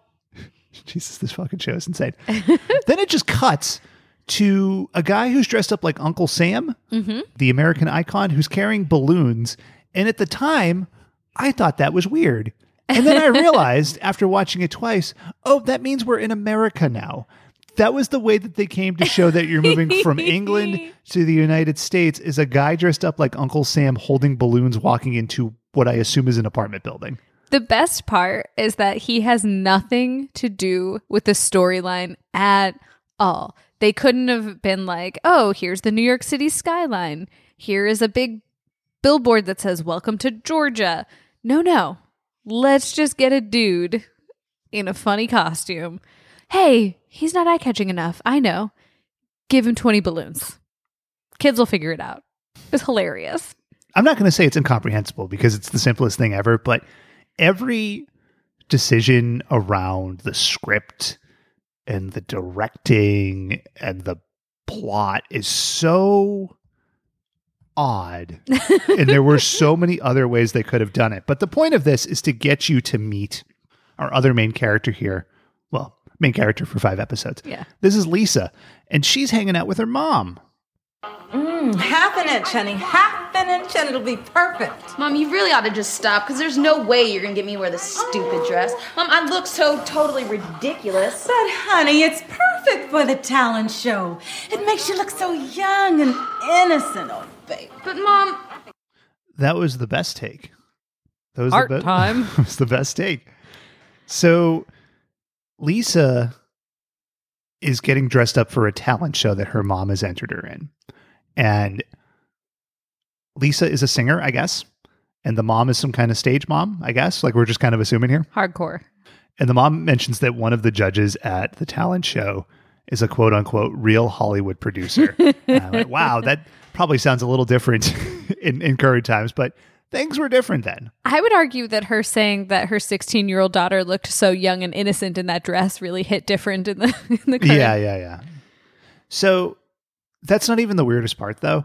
*laughs* Jesus, this fucking show is insane. *laughs* then it just cuts to a guy who's dressed up like Uncle Sam, the American icon, who's carrying balloons. And at the time, I thought that was weird. And then I realized after watching it twice, oh, that means we're in America now. That was the way that they came to show that you're moving from England to the United States is a guy dressed up like Uncle Sam holding balloons walking into what I assume is an apartment building.
The best part is that he has nothing to do with the storyline at all. They couldn't have been like, oh, here's the New York City skyline. Here is a big billboard that says, Welcome to Georgia. No, no. Let's just get a dude in a funny costume. Hey, he's not eye catching enough. I know. Give him 20 balloons. Kids will figure it out. It's hilarious.
I'm not going to say it's incomprehensible because it's the simplest thing ever, but every decision around the script and the directing and the plot is so odd. and there were so many other ways they could have done it. But the point of this is to get you to meet our other main character here. Well, main character for five episodes.
Yeah.
This is Lisa, and she's hanging out with her mom.
Half an inch, honey. Half an inch, and it'll be perfect.
Mom, you really ought to just stop because there's no way you're gonna get me to wear this stupid dress. Mom, I look so totally ridiculous.
But, honey, it's perfect for the talent show. It makes you look so young and innocent, oh, babe.
But, Mom,
That was the best take. That was
Art
the be-
time.
that *laughs* was the best take. So Lisa is getting dressed up for a talent show that her mom has entered her in. And Lisa is a singer, I guess. And the mom is some kind of stage mom, I guess. Like we're just kind of assuming here.
Hardcore.
And the mom mentions that one of the judges at the talent show is a quote unquote real Hollywood producer. And I'm like, wow, that probably sounds a little different *laughs* in, in current times, but things were different then.
I would argue that her saying that her 16 year old daughter looked so young and innocent in that dress really hit different in the *laughs* in the current.
Yeah, yeah, yeah. So that's not even the weirdest part though.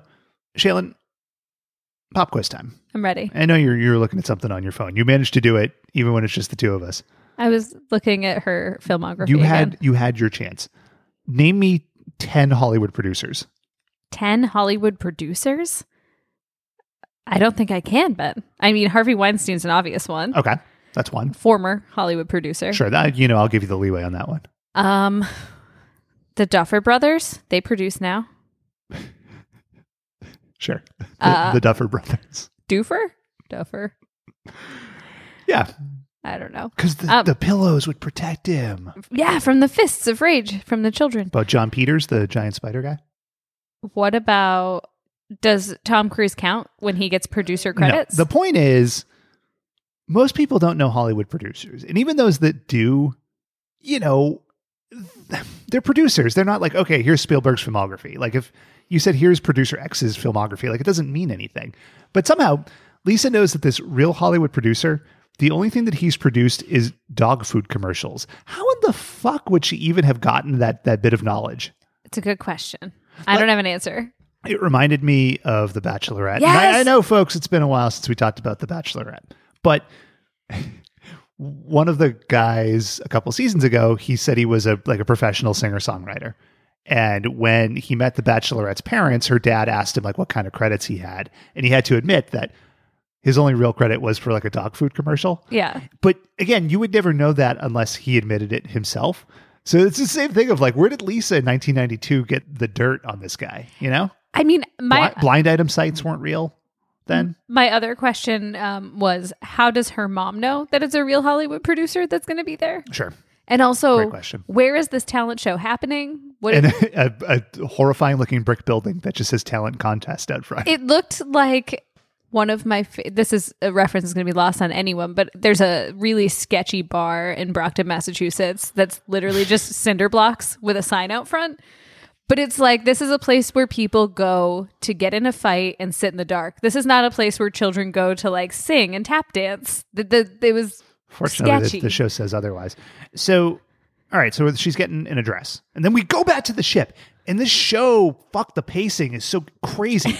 Shaylin, pop quiz time.
I'm ready.
I know you're you're looking at something on your phone. You managed to do it even when it's just the two of us.
I was looking at her filmography.
You
again.
had you had your chance. Name me ten Hollywood producers.
10 Hollywood producers. I don't think I can, but I mean Harvey Weinstein's an obvious one.
Okay. That's one.
Former Hollywood producer.
Oh. Sure. That you know, I'll give you the leeway on that one.
Um the Duffer Brothers, they produce now.
Sure. The, the Duffer Brothers.
Duffer? Duffer.
Yeah.
I don't know.
Because the,
Um,
the pillows would protect him.
Yeah, from the fists of rage from the children.
About John Peters, the giant spider guy?
What about does Tom Cruise count when he gets producer credits?
No. The point is, most people don't know Hollywood producers. And even those that do, you know, they're producers. They're not like, okay, here's Spielberg's filmography. Like if you said, here's producer X's filmography, like it doesn't mean anything. But somehow, Lisa knows that this real Hollywood producer, the only thing that he's produced is dog food commercials. How in the fuck would she even have gotten that that bit of knowledge?
it's a good question. I don't have an answer.
It reminded me of The Bachelorette. And I,
Yes!
I know, folks, it's been a while since we talked about The Bachelorette, but *laughs* one of the guys a couple seasons ago, he said he was a like a professional singer songwriter. And when he met the bachelorette's parents, her dad asked him like what kind of credits he had, and he had to admit that his only real credit was for like a dog food commercial.
Yeah.
But again, you would never know that unless he admitted it himself. So it's the same thing of like, where did Lisa in 1992 get the dirt on this guy? You know,
I Mm, mean, my
blind, blind item sites weren't real then.
my other question um, was how does her mom know that it's a real Hollywood producer that's going to be there?
Sure.
And also,
Great question.
where is this talent show happening? What
And *laughs* a, a horrifying looking brick building that just says talent contest out front.
it looked like one of my fa- this is a reference is going to be lost on anyone but there's a really sketchy bar in brockton massachusetts that's
*laughs*
literally just cinder blocks with a sign out front but it's like this is a place where people go to get in a fight and sit in the dark this is not a place where children go to like sing and tap dance the, the, it was
Fortunately,
sketchy.
the, the show says otherwise. So, all right. So she's getting an address, and then we go back to the ship. And this show, fuck the pacing is so crazy.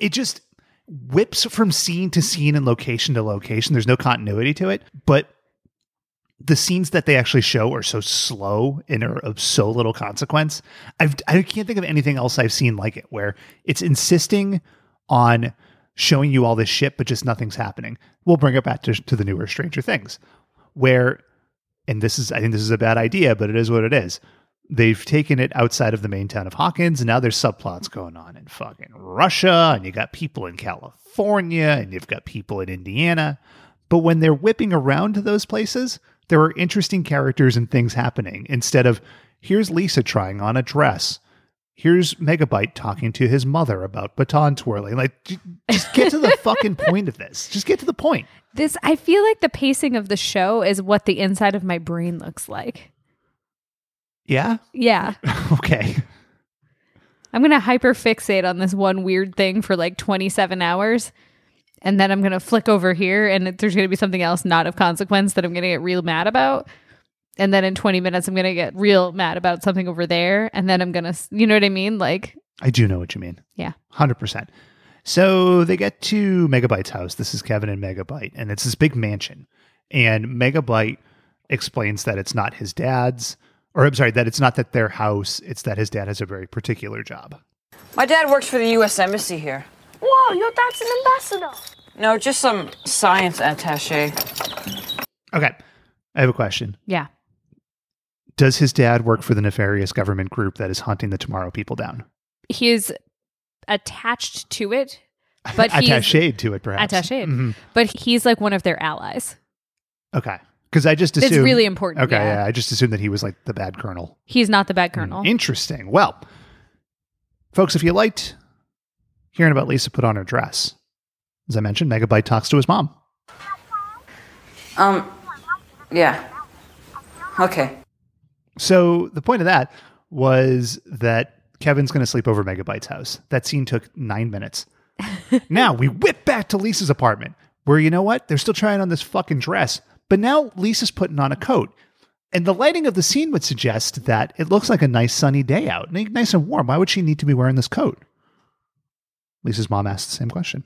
it just whips from scene to scene and location to location. There's no continuity to it, but the scenes that they actually show are so slow and are of so little consequence. I've, I can't think of anything else I've seen like it, where it's insisting on showing you all this shit, but just nothing's happening. We'll bring it back to, to the newer Stranger Things, where, and this is, I think this is a bad idea, but it is what it is. They've taken it outside of the main town of Hawkins, and now there's subplots going on in fucking Russia, and you got people in California, and you've got people in Indiana. But when they're whipping around to those places, there are interesting characters and things happening instead of here's Lisa trying on a dress. Here's Megabyte talking to his mother about baton twirling. Like, j- just get to the fucking point of this. Just get to the point.
this i feel like the pacing of the show is what the inside of my brain looks like
Yeah.
yeah
*laughs* Okay.
I'm going to hyper fixate on this one weird thing for like 27 hours. And then I'm going to flick over here and it- there's going to be something else not of consequence that I'm going to get real mad about. And then in 20 minutes, I'm going to get real mad about something over there. And then I'm going to, you know what I mean? Like,
I do know what you mean.
yeah.
100%. So they get to Megabyte's house. This is Kevin and Megabyte, and it's this big mansion. And Megabyte explains that it's not his dad's, or I'm sorry, that it's not that their house, it's that his dad has a very particular job.
My dad works for the U.S. Embassy here.
Whoa, your dad's an ambassador.
No, just some science attache.
Okay. I have a question.
Yeah.
Does his dad work for the nefarious government group that is hunting the Tomorrow people down?
He is attached to it, but he's
*laughs* Attached to it, perhaps.
attached.
Mhm.
But he's like one of their allies.
Okay. Because I just assumed.
it's really important.
Okay.
yeah.
yeah, I just assumed that he was like the bad colonel.
He's not the bad
Mm-hmm.
colonel.
Interesting. Well, folks, if you liked hearing about Lisa put on her dress, as I mentioned, Megabyte talks to his mom.
Um, yeah. Okay.
So the point of that was that Kevin's going to sleep over Megabyte's house. That scene took nine minutes. now we whip back to Lisa's apartment, where you know what? They're still trying on this fucking dress, but now Lisa's putting on a coat. And the lighting of the scene would suggest that it looks like a nice sunny day out, ni- nice and warm. Why would she need to be wearing this coat? Lisa's mom asked the same question.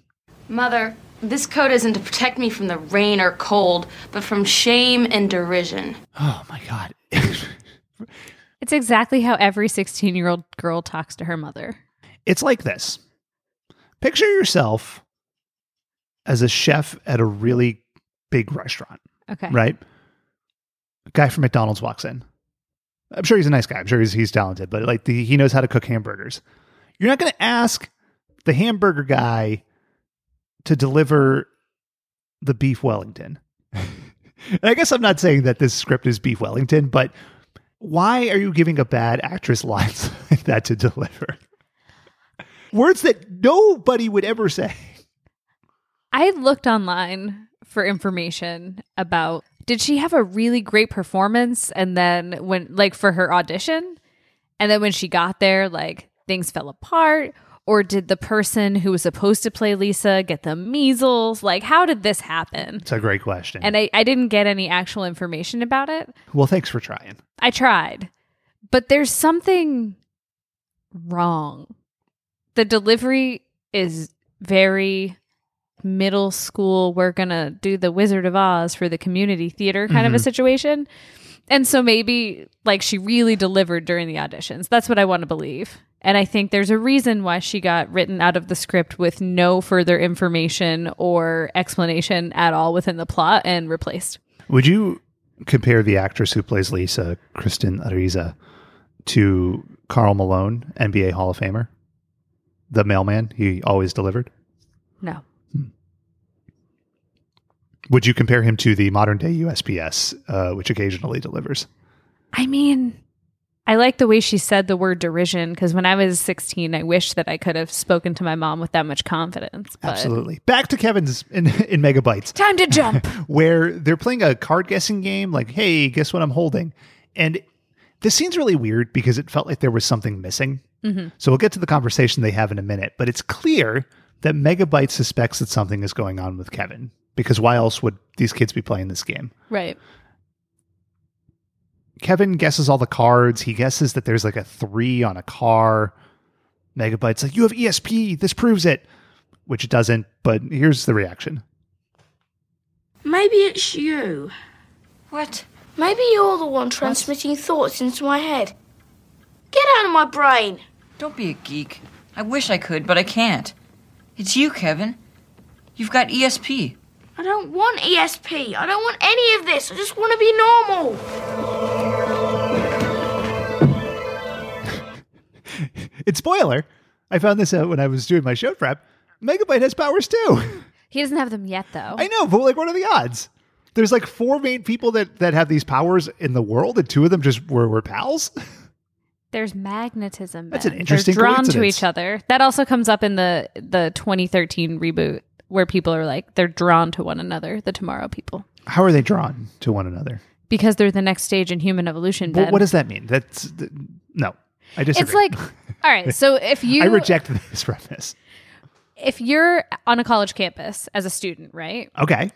Mother, this coat isn't to protect me from the rain or cold, but from shame and derision.
Oh my God. *laughs*
It's exactly how every 16 year old girl talks to her mother.
It's like this picture yourself as a chef at a really big restaurant,
Okay.
right? A guy from McDonald's walks in. I'm sure he's a nice guy. I'm sure he's, he's talented, but like the, he knows how to cook hamburgers. You're not going to ask the hamburger guy to deliver the beef Wellington. And I guess I'm not saying that this script is beef Wellington, but why are you giving a bad actress lines *laughs* like that to deliver? Words that nobody would ever say.
I looked online for information about did she have a really great performance and then when like for her audition and then when she got there like things fell apart or did the person who was supposed to play Lisa get the measles? Like how did this happen?
It's a great question.
And I, I didn't get any actual information about it.
well, thanks for trying.
I tried, but there's something wrong. The delivery is very middle school, we're going to do the Wizard of Oz for the community theater kind of a situation. And so maybe like she really delivered during the auditions. That's what I want to believe. And I think there's a reason why she got written out of the script with no further information or explanation at all within the plot and replaced.
Would you compare the actress who plays Lisa, Kristen Ariza, to Carl Malone, NBA Hall of Famer? The mailman he always delivered?
No.
Would you compare him to the modern day USPS, uh, which occasionally delivers?
I mean, I like the way she said the word derision because when I was 16, I wish that I could have spoken to my mom with that much confidence. But
Absolutely. Back to Kevin's in, *laughs* in megabytes.
Time to jump.
*laughs* where they're playing a card guessing game like hey guess what i'm holding and this scene's really weird because it felt like there was something missing
Mm-hmm.
so we'll get to the conversation they have in a minute but it's clear that megabyte suspects that something is going on with kevin because why else would these kids be playing this game
right.
kevin guesses all the cards he guesses that there's like a three on a car megabyte's like you have esp this proves it which it doesn't but here's the reaction
Maybe it's you.
What?
Maybe you're the one transmitting thoughts into my head. Get out of my brain.
Don't be a geek. I wish I could, but I can't. It's you, Kevin. You've got E ESP.
I don't want ESP. I don't want any of this. I just want to be normal.
It's spoiler. I found this out when I was doing my show prep. Megabyte has powers too. *laughs*
He doesn't have them yet, though.
I know, but like, what are the odds? There's like four main people that that have these powers in the world, and two of them just were, were pals.
There's magnetism.
That's
Ben.
an interesting
They're drawn to
coincidence.
each other. That also comes up in the the 2013 reboot where people are like they're drawn to one another, the Tomorrow people,
How are they drawn to one another?
because they're the next stage in human evolution.
What,
Ben.
what does that mean? That's th- no. I disagree.
It's like, all right. So if
*laughs*
you
I reject this premise.
if you're on a college campus as a student, right?
Okay,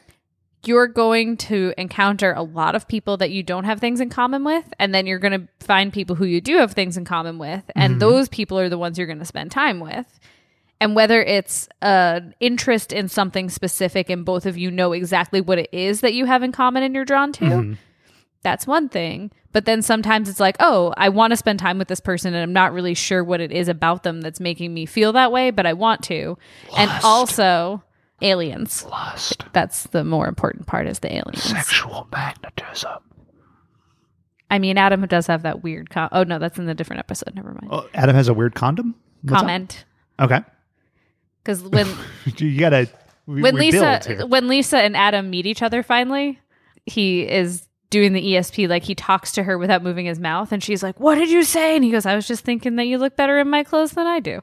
You're going to encounter a lot of people that you don't have things in common with, and then you're going to find people who you do have things in common with, and those people are the ones you're going to spend time with. And whether it's an interest in something specific and both of you know exactly what it is that you have in common and you're drawn to, that's one thing. But then sometimes it's like, oh, I want to spend time with this person and I'm not really sure what it is about them that's making me feel that way, but I want to. And also aliens. Lust. That's the more important part is the aliens.
sexual magnetism.
I mean, Adam does have that weird com- Oh no, that's in a different episode. Never mind.
Oh, Adam has a weird condom. What's up?
Comment.
Okay,
Cuz
*laughs*
when
you gotta. We,
when
we build
Lisa
here.
when Lisa and Adam meet each other finally, he is doing the ESP like he talks to her without moving his mouth and she's like, "What did you say?" and he goes, "I was just thinking that you look better in my clothes than I do."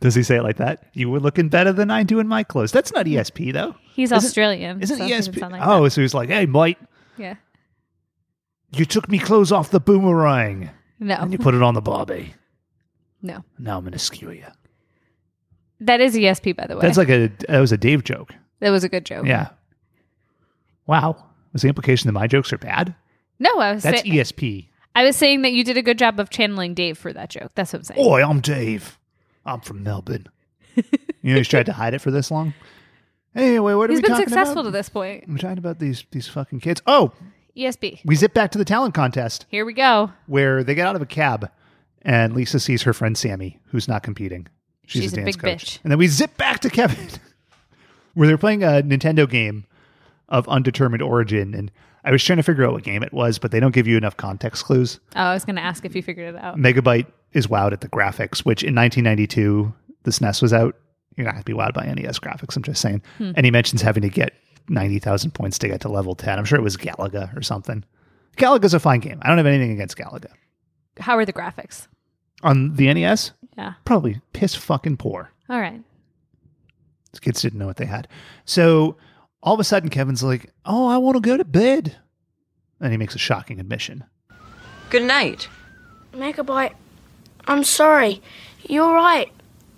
Does he say it like that? You were looking better than I do in my clothes. That's not ESP though.
He's
Isn't-
Australian.
Isn't
so it doesn't
ESP?
sound like
oh, so he's like, hey, mate,
that. yeah.
you took me clothes off the boomerang
No.
and you put it on the Barbie.
no.
Now I'm going to skew you.
That is ESP by the way.
That's like a, that was a Dave joke.
that was a good joke.
Yeah. Wow. Was the implication that my jokes are bad?
No, I was
That's E
say-
ESP.
I was saying that you did a good job of channeling Dave for that joke. That's what I'm saying.
Oi, I'm Dave. I'm from Melbourne. you know, he's tried to hide it for this long. Anyway, what are
He's
we
been
talking
successful
about?
to this point.
We're talking about these these fucking kids. Oh,
ESP.
we zip back to the talent contest
Here we go. Oh,
where they get out of a cab and Lisa sees her friend Sammy, who's not competing. She's,
She's
a
a
dance
big
coach.
bitch.
And then we zip back to Kevin, *laughs* where they're playing a Nintendo game of undetermined origin. And I was trying to figure out what game it was, but they don't give you enough context clues.
Oh, I was going to ask if you figured it out.
Megabyte is wowed at the graphics, which in 1992, the SNES was out. You're not going to be wowed by NES graphics, I'm just saying.
Hmm.
And he mentions having to get 90,000 points to get to level 10. I'm sure it was Galaga or something. Galaga's a fine game. I don't have anything against Galaga.
How are the graphics?
On the E NES,
Yeah.
probably piss fucking poor.
All right.
The kids didn't know what they had. So all of a sudden, Kevin's like, "Oh, I want to go to bed," and he makes a shocking admission.
Good night.
Megabyte, I'm sorry. You're right.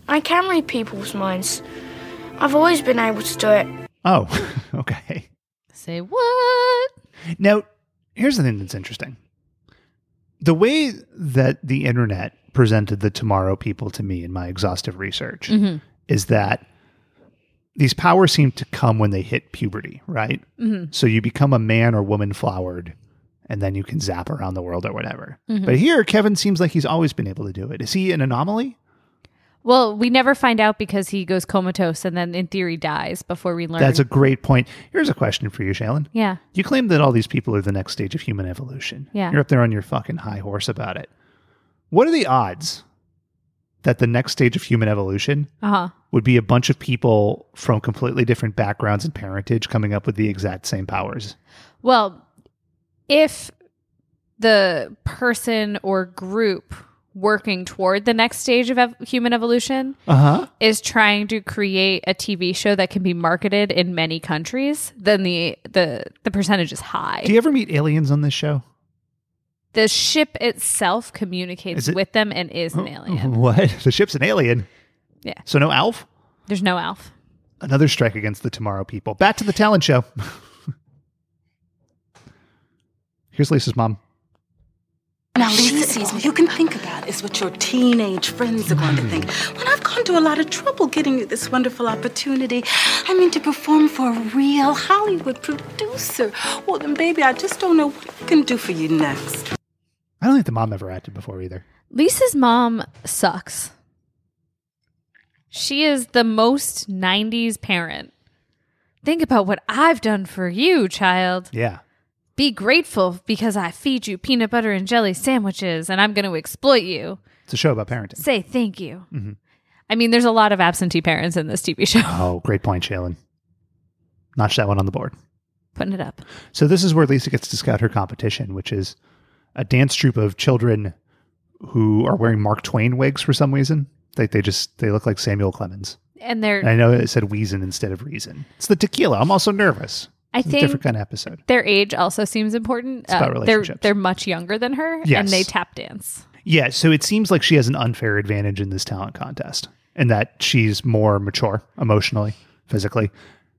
I can read people's minds. I've always been able to do it.
Oh, *laughs* okay.
Say what?
Now, here's the thing that's interesting: the way that the internet presented the Tomorrow people to me in my exhaustive research is that these powers seem to come when they hit puberty, right? So you become a man or woman flowered, and then you can zap around the world or whatever. But here, Kevin seems like he's always been able to do it. Is he an anomaly?
Well, we never find out because he goes comatose and then, in theory, dies before we learn.
That's a great point. Here's a question for you, Shailen.
yeah.
You claim that all these people are the next stage of human evolution.
Yeah.
You're up there on your fucking high horse about it. What are the odds that the next stage of human evolution
Uh huh.
would be a bunch of people from completely different backgrounds and parentage coming up with the exact same powers?
Well, if the person or group working toward the next stage of ev- human evolution
Uh huh.
is trying to create a TV show that can be marketed in many countries, then the the the percentage is high.
Do you ever meet aliens on this show?
the ship itself communicates
Is it- Oh,
with them and is an
*laughs*
alien.
What? The ship's an alien.
Yeah.
So no Alf?
There's no Alf.
Another strike against the Tomorrow people. Back to the talent show. *laughs* Here's Lisa's mom.
Now, Lisa, all you can think about is what your teenage friends are going to think. When I've gone to a lot of trouble getting you this wonderful opportunity, I mean to perform for a real Hollywood producer. Well, then, baby, I just don't know what I can do for you next.
I don't think the mom ever acted before either.
Lisa's mom sucks. She is the most 90s parent. Think about what I've done for you, child.
Yeah.
Be grateful because I feed you peanut butter and jelly sandwiches and I'm going to exploit you.
It's a show about parenting.
Say thank you.
Mm-hmm.
I mean, there's a lot of absentee parents in this TV show. *laughs*
Oh, great point, Shailen. Notch that one on the board.
Putting it up.
So this is where Lisa gets to scout her competition, which is a dance troupe of children who are wearing Mark Twain wigs for some reason. They they just they look like Samuel Clemens.
And
And
they're,
I know it said Wheezin instead of Reason. It's the tequila. I'm also nervous.
I
It's a different
think
kind of episode.
their age also seems important. Uh,
about
they're,
relationships.
they're much younger than her
Yes.
and they tap dance.
Yeah, so it seems like she has an unfair advantage in this talent contest, and that she's more mature emotionally, physically,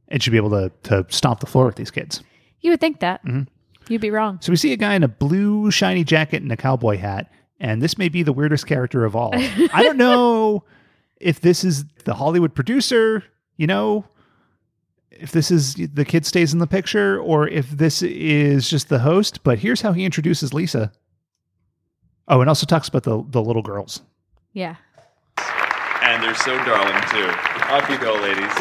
and should be able to to stomp the floor with these kids.
You would think that.
Mm-hmm.
You'd be wrong.
So we see a guy in a blue shiny jacket and a cowboy hat, and this may be the weirdest character of all. I don't know if this is the Hollywood producer, you know, if this is the kid stays in the picture, or if this is just the host. But here's how he introduces Lisa. Oh, and also talks about the the little girls.
Yeah.
And they're so darling, too. Off you go, ladies.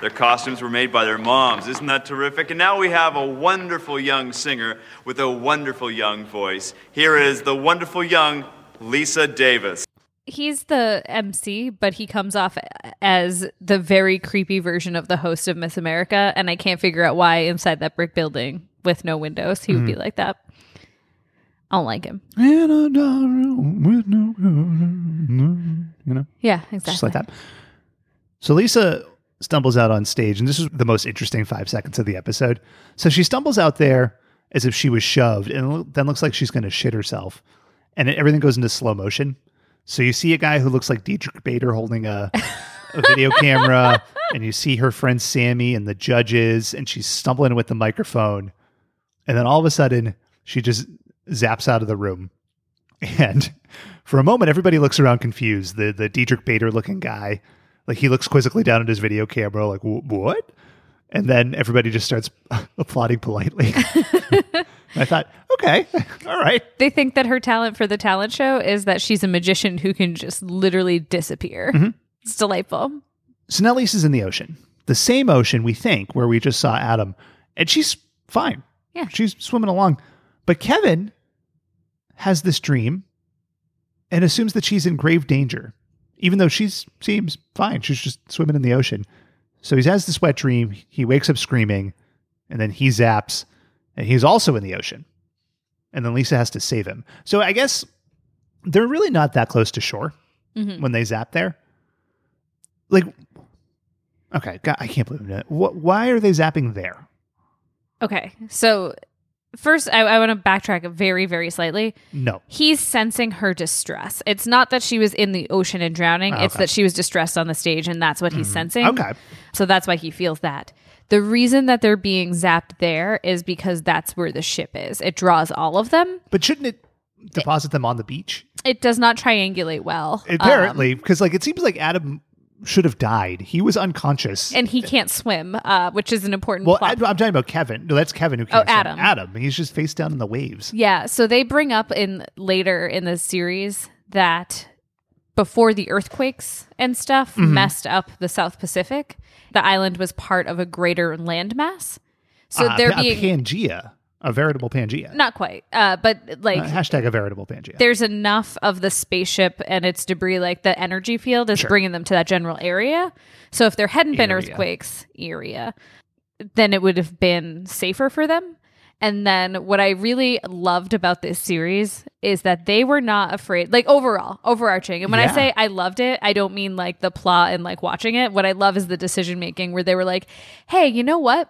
Their costumes were made by their moms. Isn't that terrific? And now we have a wonderful young singer with a wonderful young voice. Here is the wonderful young Lisa Davis.
he's the MC, but he comes off as the very creepy version of the host of Miss America, and I can't figure out why inside that brick building with no windows he would
Mm-hmm.
be like that. I don't like him.
In a dark room with no curtain. You know?
Yeah, exactly.
just like that. So Lisa stumbles out on stage, and this is the most interesting five seconds of the episode. So she stumbles out there as if she was shoved, and lo- then looks like she's going to shit herself, and it, everything goes into slow motion. So you see a guy who looks like Dietrich Bader holding a, a video camera, and you see her friend Sammy and the judges, and she's stumbling with the microphone, and then all of a sudden she just zaps out of the room, *laughs* and for a moment, everybody looks around confused. The the Dietrich Bader looking guy, like he looks quizzically down at his video camera, like "Wh- what? And then everybody just starts *laughs* applauding politely. *laughs* I thought, okay, *laughs* all right,
They think that her talent for the talent show is that she's a magician who can just literally disappear.
Mm-hmm.
It's delightful.
So now Lisa's in the ocean, the same ocean we think where we just saw Adam, and she's fine.
Yeah.
she's swimming along, but Kevin has this dream and assumes that she's in grave danger, even though she seems fine. She's just swimming in the ocean. So he has this wet dream. He wakes up screaming, and then he zaps, and he's also in the ocean. And then Lisa has to save him. So I guess they're really not that close to shore when they zap there. Like, okay, God, I can't believe that. What? Why are they zapping there?
Okay. So, first, I, I want to backtrack very, very slightly.
No,
He's sensing her distress. It's not that she was in the ocean and drowning, it's
Oh, okay. Mm-hmm.
that she was distressed on the stage, and that's what he's sensing.
okay,
So that's why he feels that. The reason that they're being zapped there is because that's where the ship is. It draws all of them.
but shouldn't it deposit them on the beach?
It does not triangulate well. Um,
Apparently, because like it seems like Adam should have died. He was unconscious.
and he can't swim, uh, which is an important
well, I,
plot.
am talking about Kevin. No, that's Kevin who can't
Oh,
swim.
Adam.
Adam. He's just face down in the waves.
yeah, so they bring up in later in the series that before the earthquakes and stuff
Mm-hmm.
messed up the South Pacific, the island was part of a greater landmass. So
Ah,
there
pa- a
being
Pangea, a veritable Pangea.
not quite, uh, but like
Uh, hashtag a veritable Pangea.
there's enough of the spaceship and its debris, like the energy field, is bringing them to that general area. So if there hadn't been
Area.
earthquakes, area, then it would have been safer for them. And then what I really loved about this series is that they were not afraid, like overall, overarching. And when
Yeah.
I say I loved it, I don't mean like the plot and like watching it. What I love is the decision making where they were like, "Hey, you know what?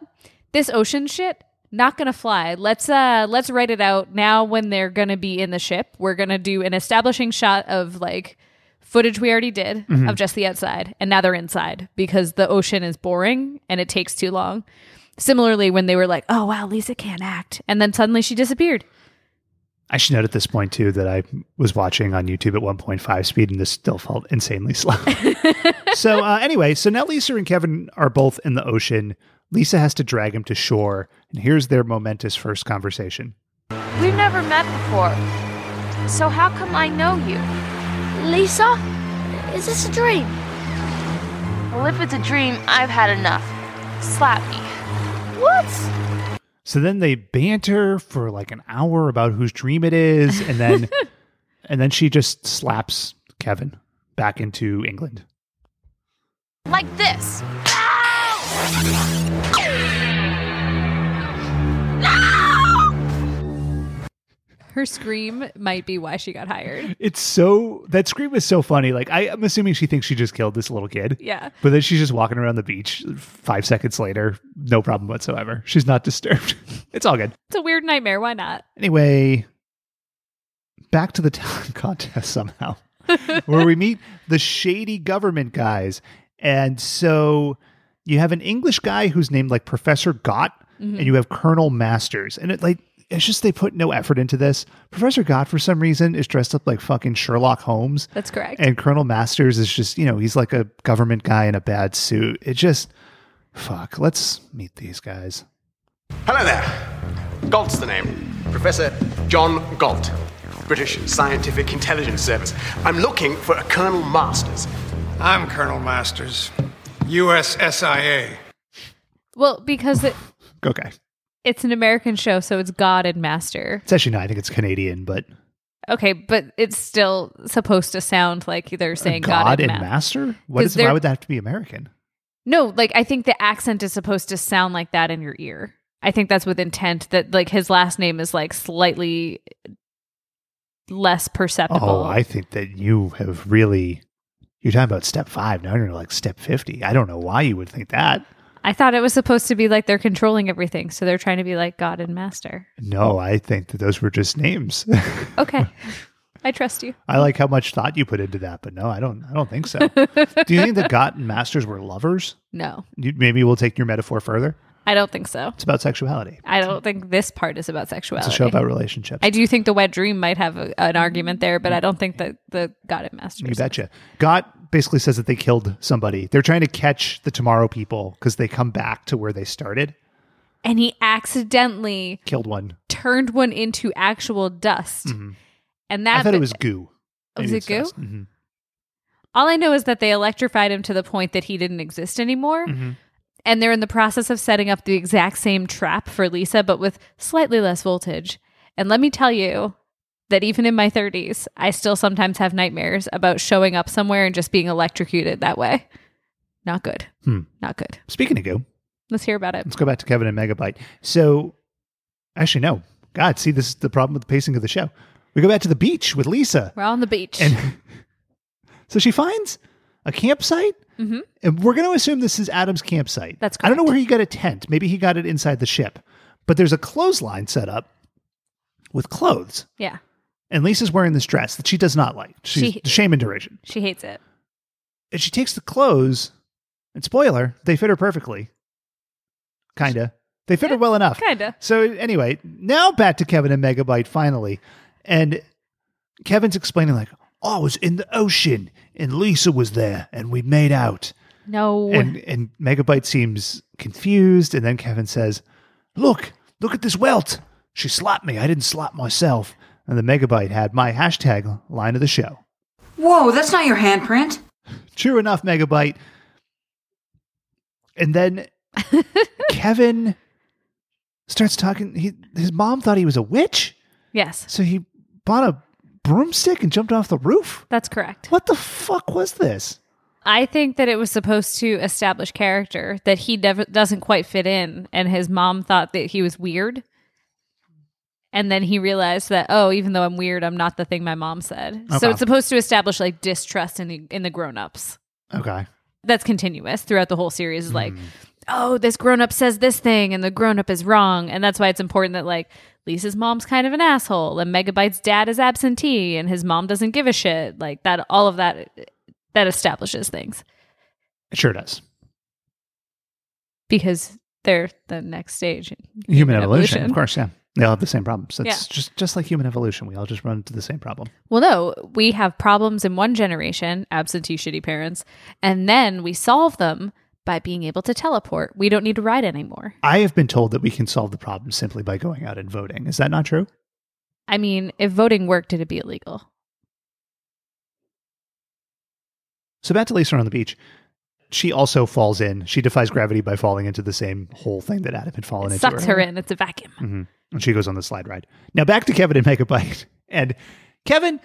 This ocean shit not going to fly. Let's uh let's write it out now when they're going to be in the ship. We're going to do an establishing shot of like footage we already did of just the outside and now they're inside because the ocean is boring and it takes too long similarly when they were like oh wow lisa can't act and then suddenly she disappeared
I should note at this point too that I was watching on YouTube at 1.5 speed and this still felt insanely *laughs* slow. so uh, anyway, so now Lisa and Kevin are both in the ocean. Lisa has to drag him to shore, and here's their momentous first conversation.
We've never met before. So how come I know you?
Lisa? Is this a dream?
Well, if it's a dream, I've had enough. Slap me.
What?
So then they banter for like an hour about whose dream it is, and then and then she just slaps Kevin back into England.
Like this.
her scream might be why she got *laughs* hired
It's so that scream is so funny. Like I, I'm assuming she thinks she just killed this little kid.
yeah
*laughs* But then she's just walking around the beach five seconds later, no problem whatsoever. She's not disturbed. *laughs* it's all good.
it's a weird nightmare why not
Anyway, back to the talent *laughs* contest
*laughs*
somehow, where we meet the shady government guys. And so you have an English guy who's named like Professor Gott,
Mm-hmm.
and you have Colonel Masters. And it like, it's just they put no effort into this. Professor Gott, for some reason, is dressed up like fucking Sherlock Holmes.
that's correct
And Colonel Masters is just, you know, he's like a government guy in a bad suit. It just, fuck, let's meet these guys.
Hello there. Galt's the name. Professor John Galt, British Scientific Intelligence Service. I'm looking for a Colonel Masters.
I'm Colonel Masters, USSIA.
well because it,
Okay.
it's an american show so it's god and master
It's actually, no, I think it's Canadian, but
okay but it's still supposed to sound like they're saying god,
God and
ma-
Master? What
'Cause
is, why
they're-
would that have to be American?
no like i think the accent is supposed to sound like that in your ear i think that's with intent that like his last name is like slightly less perceptible
Oh, I think that you have really, you're talking about step five. Now you're like step 50. I don't know why you would think that.
I thought it was supposed to be like they're controlling everything, so they're trying to be like God and Master.
No, I think that those were just names. *laughs*
*laughs* Okay, I trust you.
I like how much thought you put into that, but no, I don't. I don't think so. Do you think
*laughs*
that God and Masters were lovers?
No,
You, maybe we'll take your metaphor further.
I don't think so.
It's about sexuality.
I don't think this part is about sexuality.
It's a show about relationships.
I do think the wet dream might have a, an argument there, but I don't think that the God and Master.
you betcha. God basically says that they killed somebody. They're trying to catch the Tomorrow People because they come back to where they started.
And he accidentally
Killed one.
turned one into actual dust, and that
Mm-hmm. I thought
bit-
it was goo. Maybe
Was Oh, it
it's
goo?
dust. Mhm.
All I know is that they electrified him to the point that he didn't exist anymore.
Mm-hmm.
And they're in the process of setting up the exact same trap for Lisa, but with slightly less voltage. And let me tell you that even in my 30s, I still sometimes have nightmares about showing up somewhere and just being electrocuted that way. Not good.
Hmm.
Not good.
Speaking of goo,
Let's hear about it.
let's go back to Kevin and Megabyte. So, actually, no. God, see, this is the problem with the pacing of the show. We go back to the beach with Lisa.
We're on the beach.
And so she finds a campsite. And we're going to assume this is Adam's campsite.
Mm-hmm. That's
I don't know
correct.
where he got a tent. Maybe he got it inside the ship. But there's a clothesline set up with clothes.
yeah.
And Lisa's wearing this dress that she does not like. She's
She-
shame and derision.
She hates it.
And she takes the clothes, and spoiler, they fit her perfectly. Kinda. They fit her well enough.
Kinda.
So anyway, now back to Kevin and Megabyte finally. And Kevin's explaining like, "Oh, I was in the ocean and Lisa was there and we made out.
No.
And and Megabyte seems confused, and then Kevin says, "Look, look at this welt. She slapped me. I didn't slap myself." And the Megabyte had my hashtag line of the show.
Whoa, that's not your handprint.
True enough, Megabyte. And then *laughs* Kevin starts talking. He, his mom thought he was a witch,
Yes,
so he bought a broomstick and jumped off the roof.
that's correct.
What the fuck was this?
I think that it was supposed to establish character that he never doesn't quite fit in, and his mom thought that he was weird, and then he realized that oh, even though I'm weird, I'm not the thing my mom said.
Okay.
So it's supposed to establish like distrust in the, in the grown ups.
Okay.
That's continuous throughout the whole series. Is like oh, this grown up says this thing, and the grown up is wrong, and that's why it's important that like Lisa's mom's kind of an asshole, and Megabyte's dad is absentee, and his mom doesn't give a shit. Like that, all of that that establishes things.
It sure does.
because they're the next stage. in
Human evolution, of course, yeah. They all have the same problems. It's
Yeah.
just just like human evolution. We all just run into the same problem.
Well, no, we have problems in one generation, absentee shitty parents, and then we solve them by being able to teleport. We don't need to ride anymore.
I have been told that we can solve the problem simply by going out and voting. Is that not true?
I mean, if voting worked, it'd be illegal.
So back to Lisa on the beach. She also falls in. She defies gravity by falling into the same whole thing that Adam had fallen into.
Sucks her in. It's a vacuum.
hmm And she goes on the slide ride. Now back to Kevin and Megabyte. *laughs* And Kevin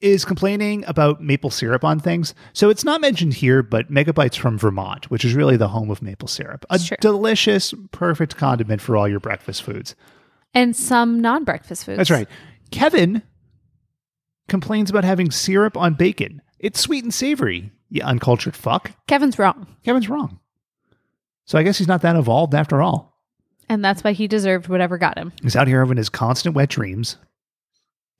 is complaining about maple syrup on things. So it's not mentioned here, but Megabyte's from Vermont, which is really the home of maple syrup. A delicious, perfect condiment for all your breakfast foods.
And some non breakfast foods.
That's right. Kevin complains about having syrup on bacon. It's sweet and savory, you uncultured fuck.
Kevin's wrong.
Kevin's wrong. So I guess he's not that evolved after all.
And that's why he deserved whatever got him.
He's out here having his constant wet dreams,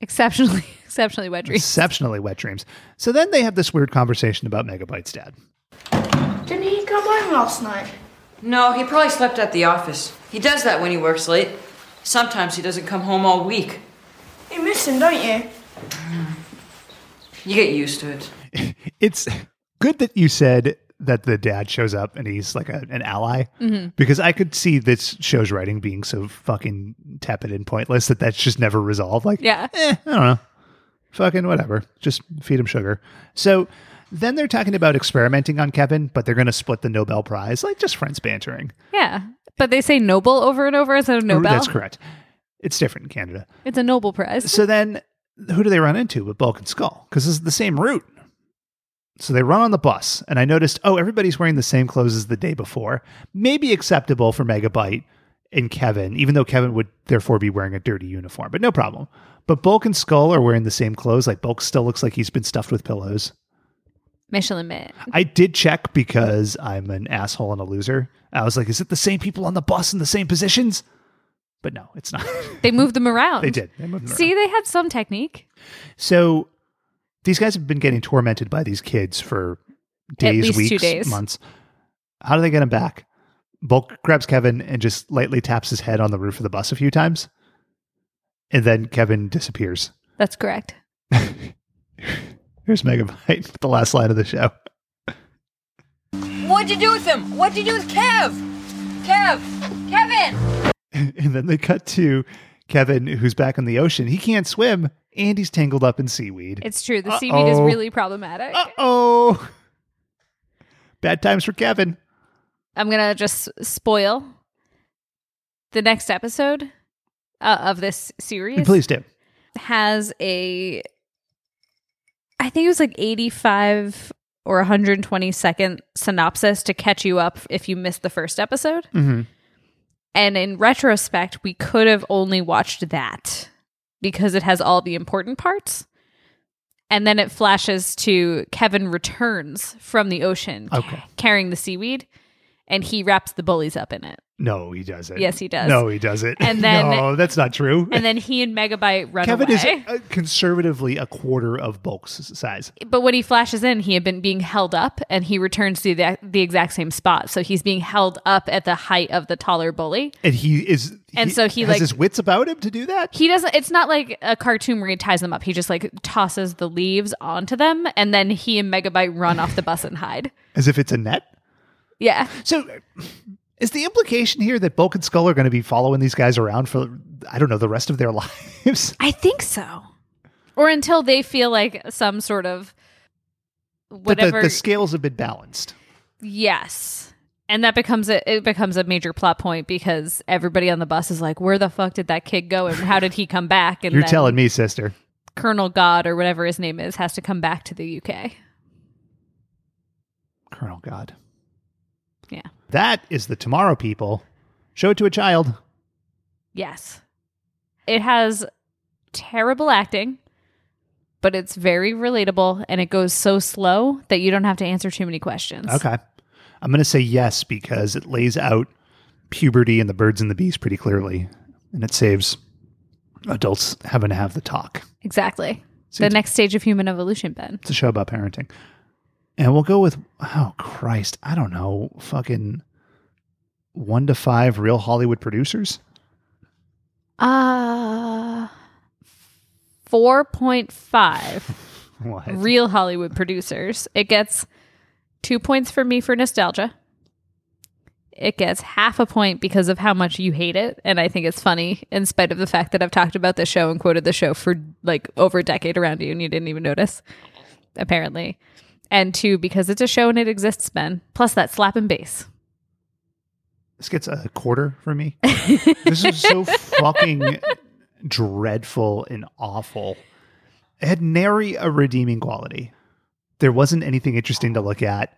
Exceptionally, *laughs* exceptionally wet dreams.
exceptionally wet dreams. So then they have this weird conversation about Megabyte's dad. *laughs*
Didn't he come home last night?
No, he probably slept at the office. He does that when he works late. Sometimes he doesn't come home all week.
You miss him, don't you?
You get used to it.
It's good that you said that the dad shows up and he's like a, an ally
Mhm.
because I could see this show's writing being so fucking tepid and pointless that that's just never resolved. Like,
Yeah.
Eh, I don't know. Fucking whatever. Just feed him sugar. So then they're talking about experimenting on Kevin, but they're going to split the Nobel Prize, like just friends bantering.
Yeah. But they say noble over and over instead of Nobel.
That's correct. It's different in Canada.
It's a Nobel Prize.
So then who do they run into but Bulk and Skull? Because this is the same route. So they run on the bus, and I noticed, oh, everybody's wearing the same clothes as the day before. Maybe acceptable for Megabyte and Kevin, even though Kevin would therefore be wearing a dirty uniform, but no problem. But Bulk and Skull are wearing the same clothes. Like Bulk still looks like he's been stuffed with pillows.
Michelin Man.
I did check because I'm an asshole and a loser. I was like, is it the same people on the bus in the same positions? But no, it's not. *laughs*
They moved them around.
they did. They moved them around.
See, they had some technique.
So these guys have been getting tormented by these kids for days,
least two
weeks,
days.
months. How do they get him back? Bulk grabs Kevin and just lightly taps his head on the roof of the bus a few times. And then Kevin disappears.
That's correct.
Here's Megabyte *laughs* with the last line of the show. *laughs*
What'd you do with him? What'd you do with Kev? Kev! Kevin!
And then they cut to Kevin, who's back in the ocean. He can't swim and he's tangled up in seaweed.
It's true. The seaweed is
Uh-oh.
really problematic.
oh. Bad times for Kevin.
I'm going to just spoil the next episode uh, of this series.
Please do.
Has a, I think it was like 85 or 120 second synopsis to catch you up if you missed the first episode.
Mm-hmm.
And in retrospect, we could have only watched that because it has all the important parts. And then it flashes to Kevin returns from the ocean ca-
Okay.
carrying the seaweed and he wraps the bullies up in it.
No, he does it.
Yes, he does.
No, he does it.
And
*laughs*
then-
no, that's not true.
And then he and Megabyte run
Kevin
away.
is uh, conservatively a quarter of Bulk's size.
but when he flashes in, he had been being held up, and he returns to the the exact same spot. So he's being held up at the height of the taller bully.
And he is.
And so he,
has
like-
his wits about him to do that.
He doesn't. It's not like a cartoon where he ties them up. He just like tosses the leaves onto them, and then he and Megabyte run off the bus and hide. *laughs*
As if it's a net.
Yeah.
So is the implication here that Bulk and Skull are going to be following these guys around for, I don't know, the rest of their *laughs* lives?
I think so. Or until they feel like some sort of
That
whatever.
the, the scales have been balanced.
yes. And that becomes a it becomes a major plot point because everybody on the bus is like, "Where the fuck did that kid go? And how did he come back?" And
You're
then
telling me, sister.
Colonel God or whatever his name is has to come back to the UK.
Colonel God.
Yeah.
That is the Tomorrow People. Show it to a child.
Yes. It has terrible acting, but it's very relatable and it goes so slow that you don't have to answer too many questions.
Okay. I'm going to say yes because it lays out puberty and the birds and the bees pretty clearly, and it saves adults having to have the talk.
Exactly.
Seems-
the next stage of human evolution, Ben.
It's a show about parenting. And we'll go with, oh, Christ, I don't know, fucking one to five real Hollywood producers. *laughs*
Uh 4.5
What?
real Hollywood producers. It gets 2 points from me for nostalgia. It gets half a point because of how much you hate it and I think it's funny in spite of the fact that I've talked about the show and quoted the show for like over a decade around you and you didn't even notice apparently. And two because it's a show and it exists, Ben. Plus that slap and bass.
This gets a quarter for me. this is so fucking dreadful and awful. It had nary a redeeming quality. There wasn't anything interesting to look at.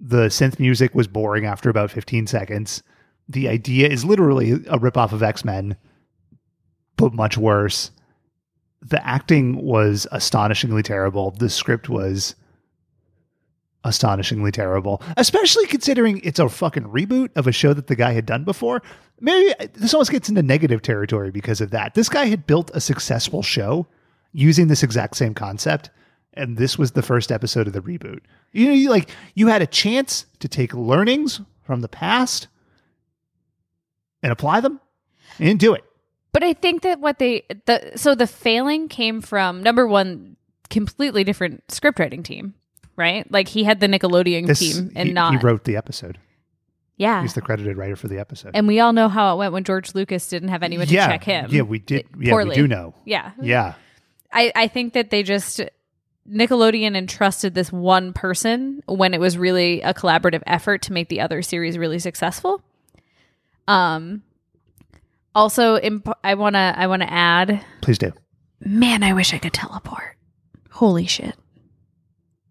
The synth music was boring after about 15 seconds. The idea is literally a ripoff of X Men, but much worse. The acting was astonishingly terrible. The script was astonishingly terrible, especially considering it's a fucking reboot of a show that the guy had done before. Maybe uh, this almost gets into negative territory because of that. This guy had built a successful show using this exact same concept, and this was the first episode of the reboot. You know, you like you had a chance to take learnings from the past and apply them, and do it.
But I think that what they the so the failing came from number one, completely different script writing team, right? Like he had the Nickelodeon
This
team and
he,
not
he wrote the episode.
yeah.
He's the credited writer for the episode.
and we all know how it went when George Lucas didn't have anyone
yeah,
to check him.
Yeah, we did. Yeah,
poorly.
we do know.
Yeah,
Yeah.
I I think that they just Nickelodeon entrusted this one person when it was really a collaborative effort to make the other series really successful. Um. Also, imp- I wanna I wanna add
Please do.
Man, I wish I could teleport. Holy shit.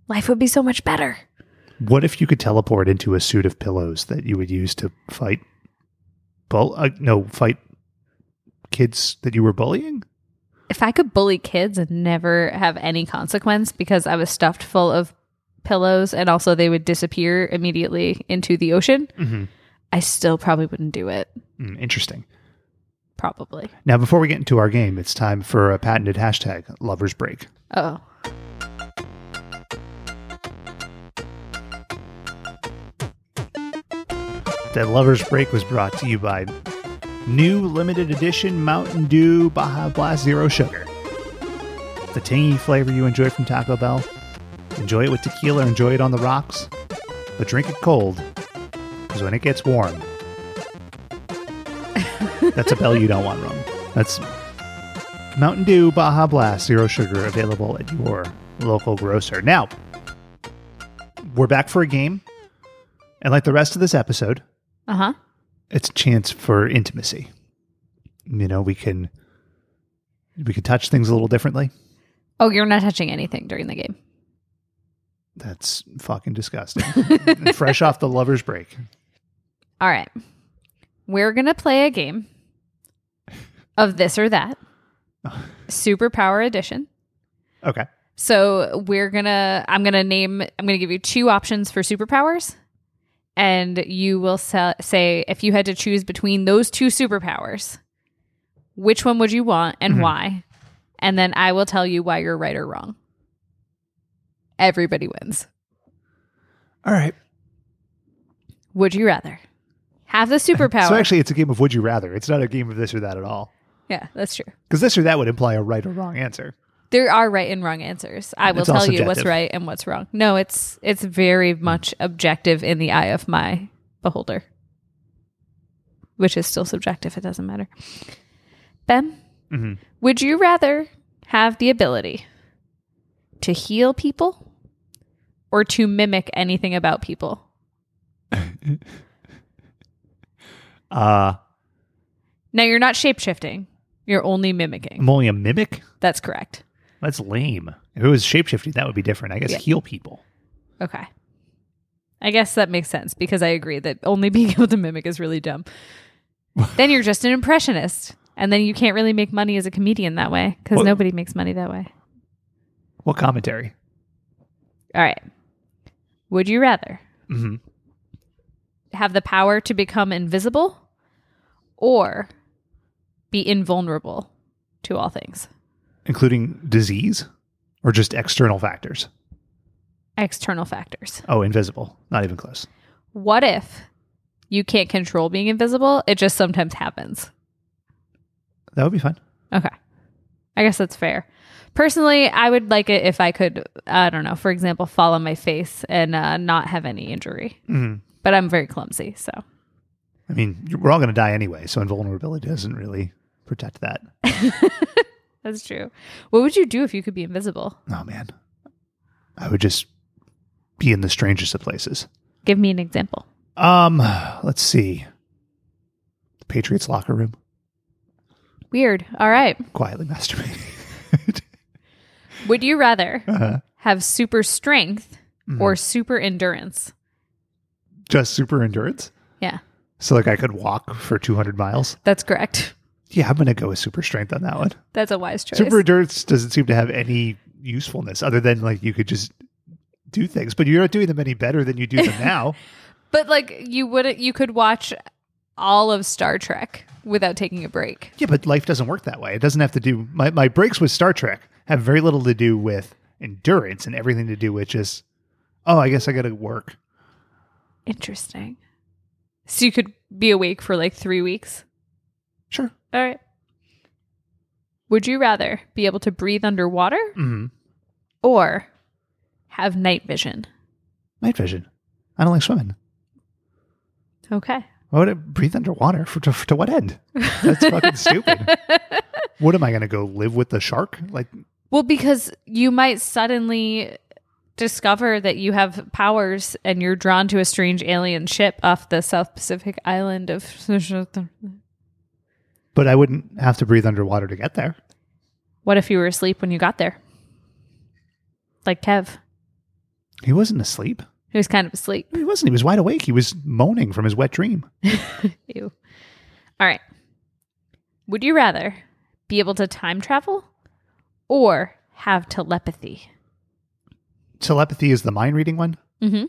Life would be so much better.
What if you could teleport into a suit of pillows that you would use to fight? Bull? Uh, no, fight kids that you were bullying.
If I could bully kids and never have any consequence because I was stuffed full of pillows and also they would disappear immediately into the ocean,
Mhm.
I still probably wouldn't do it.
Mm, interesting.
Probably.
Now, before we get into our game, it's time for a patented hashtag: lovers break.
Oh.
That lovers break was brought to you by new limited edition Mountain Dew Baja Blast Zero Sugar. The tangy flavor you enjoy from Taco Bell. Enjoy it with tequila. Enjoy it on the rocks. But drink it cold, because when it gets warm, that's a bell you don't want rung. That's Mountain Dew Baja Blast Zero Sugar available at your local grocer. Now, we're back for a game. And like the rest of this episode,
Uh huh.
it's a chance for intimacy. You know, we can we can touch things a little differently.
Oh, you're not touching anything during the game.
That's fucking disgusting. Fresh off the lovers break.
All right. We're going to play a game of this or that, superpower edition.
Okay.
So we're gonna I'm gonna name I'm gonna give you two options for superpowers and you will sa- say if you had to choose between those two superpowers, which one would you want and
Mhm.
why? And then I will tell you why you're right or wrong. Everybody wins.
All right.
Would you rather have the
*laughs*
superpower?
So actually, it's a game of would you rather. It's not a game of this or that at all.
yeah, that's true.
Because this or that would imply a right or wrong answer.
There are right and wrong answers. I will
It's all
tell you what's
subjective. Hmm.
right and what's wrong. No, it's it's very much objective in the eye of my beholder. Which is still subjective, it doesn't matter. Ben,
Mhm.
would you rather have the ability to heal people or to mimic anything about people?
Uh,
Now you're not shapeshifting. You're only mimicking.
I'm only a mimic?
That's correct.
That's lame. If it was shapeshifting, that would be different. I guess
Yeah.
heal people.
Okay. I guess that makes sense because I agree that only *laughs* being able to mimic is really dumb. then you're just an impressionist. And then you can't really make money as a comedian that way because
Well-
nobody makes money that way.
What commentary?
All right. Would you rather
hmm
have the power to become invisible or be invulnerable to all things?
Including disease or just external factors?
External factors.
Oh, invisible. Not even close.
What if you can't control being invisible? It just sometimes happens.
That would be fun.
Okay. I guess that's fair. Personally, I would like it if I could, I don't know, for example, fall on my face and uh, not have any injury.
Mhm.
But I'm very clumsy. So,
I mean, we're all going to die anyway, so invulnerability doesn't really protect *laughs* that.
that's true. What would you do if you could be invisible?
Oh, man. I would just be in the strangest of places.
Give me an example.
Um, let's see. The Patriots locker room,
Weird. All right.
quietly masturbating.
Would you rather
Uh-huh.
have super strength or
Mhm.
super endurance?
*laughs* Just super endurance.
Yeah,
So like I could walk for 200 miles.
that's correct. *laughs*
Yeah, I'm going to go with super strength on that one.
That's a wise choice.
Super endurance doesn't seem to have any usefulness other than like you could just do things, but you're not doing them any better than you do *laughs* them now.
but like you wouldn't, you could watch all of Star Trek without taking a break.
Yeah, but life doesn't work that way. It doesn't have to do my, my breaks with Star Trek have very little to do with endurance and everything to do with just oh, I guess I got to work.
Interesting. So you could be awake for like three weeks?
Sure.
All right. Would you rather be able to breathe underwater
Mhm.
or have night vision?
Night vision. I don't like swimming.
Okay.
Why would I breathe underwater? For, to, for- to what end? That's fucking stupid. What am I going to go live with the shark? Like,
Well, because you might suddenly discover that you have powers and you're drawn to a strange alien ship off the South Pacific island of. *laughs*
but I wouldn't have to breathe underwater to get there.
What if you were asleep when you got there? Like Kev,
He wasn't asleep.
who was kind of asleep.
He wasn't. He was wide awake. He was moaning from his wet dream.
Ew. All right. Would you rather be able to time travel or have telepathy?
Telepathy is the mind reading one.
Mm-hmm.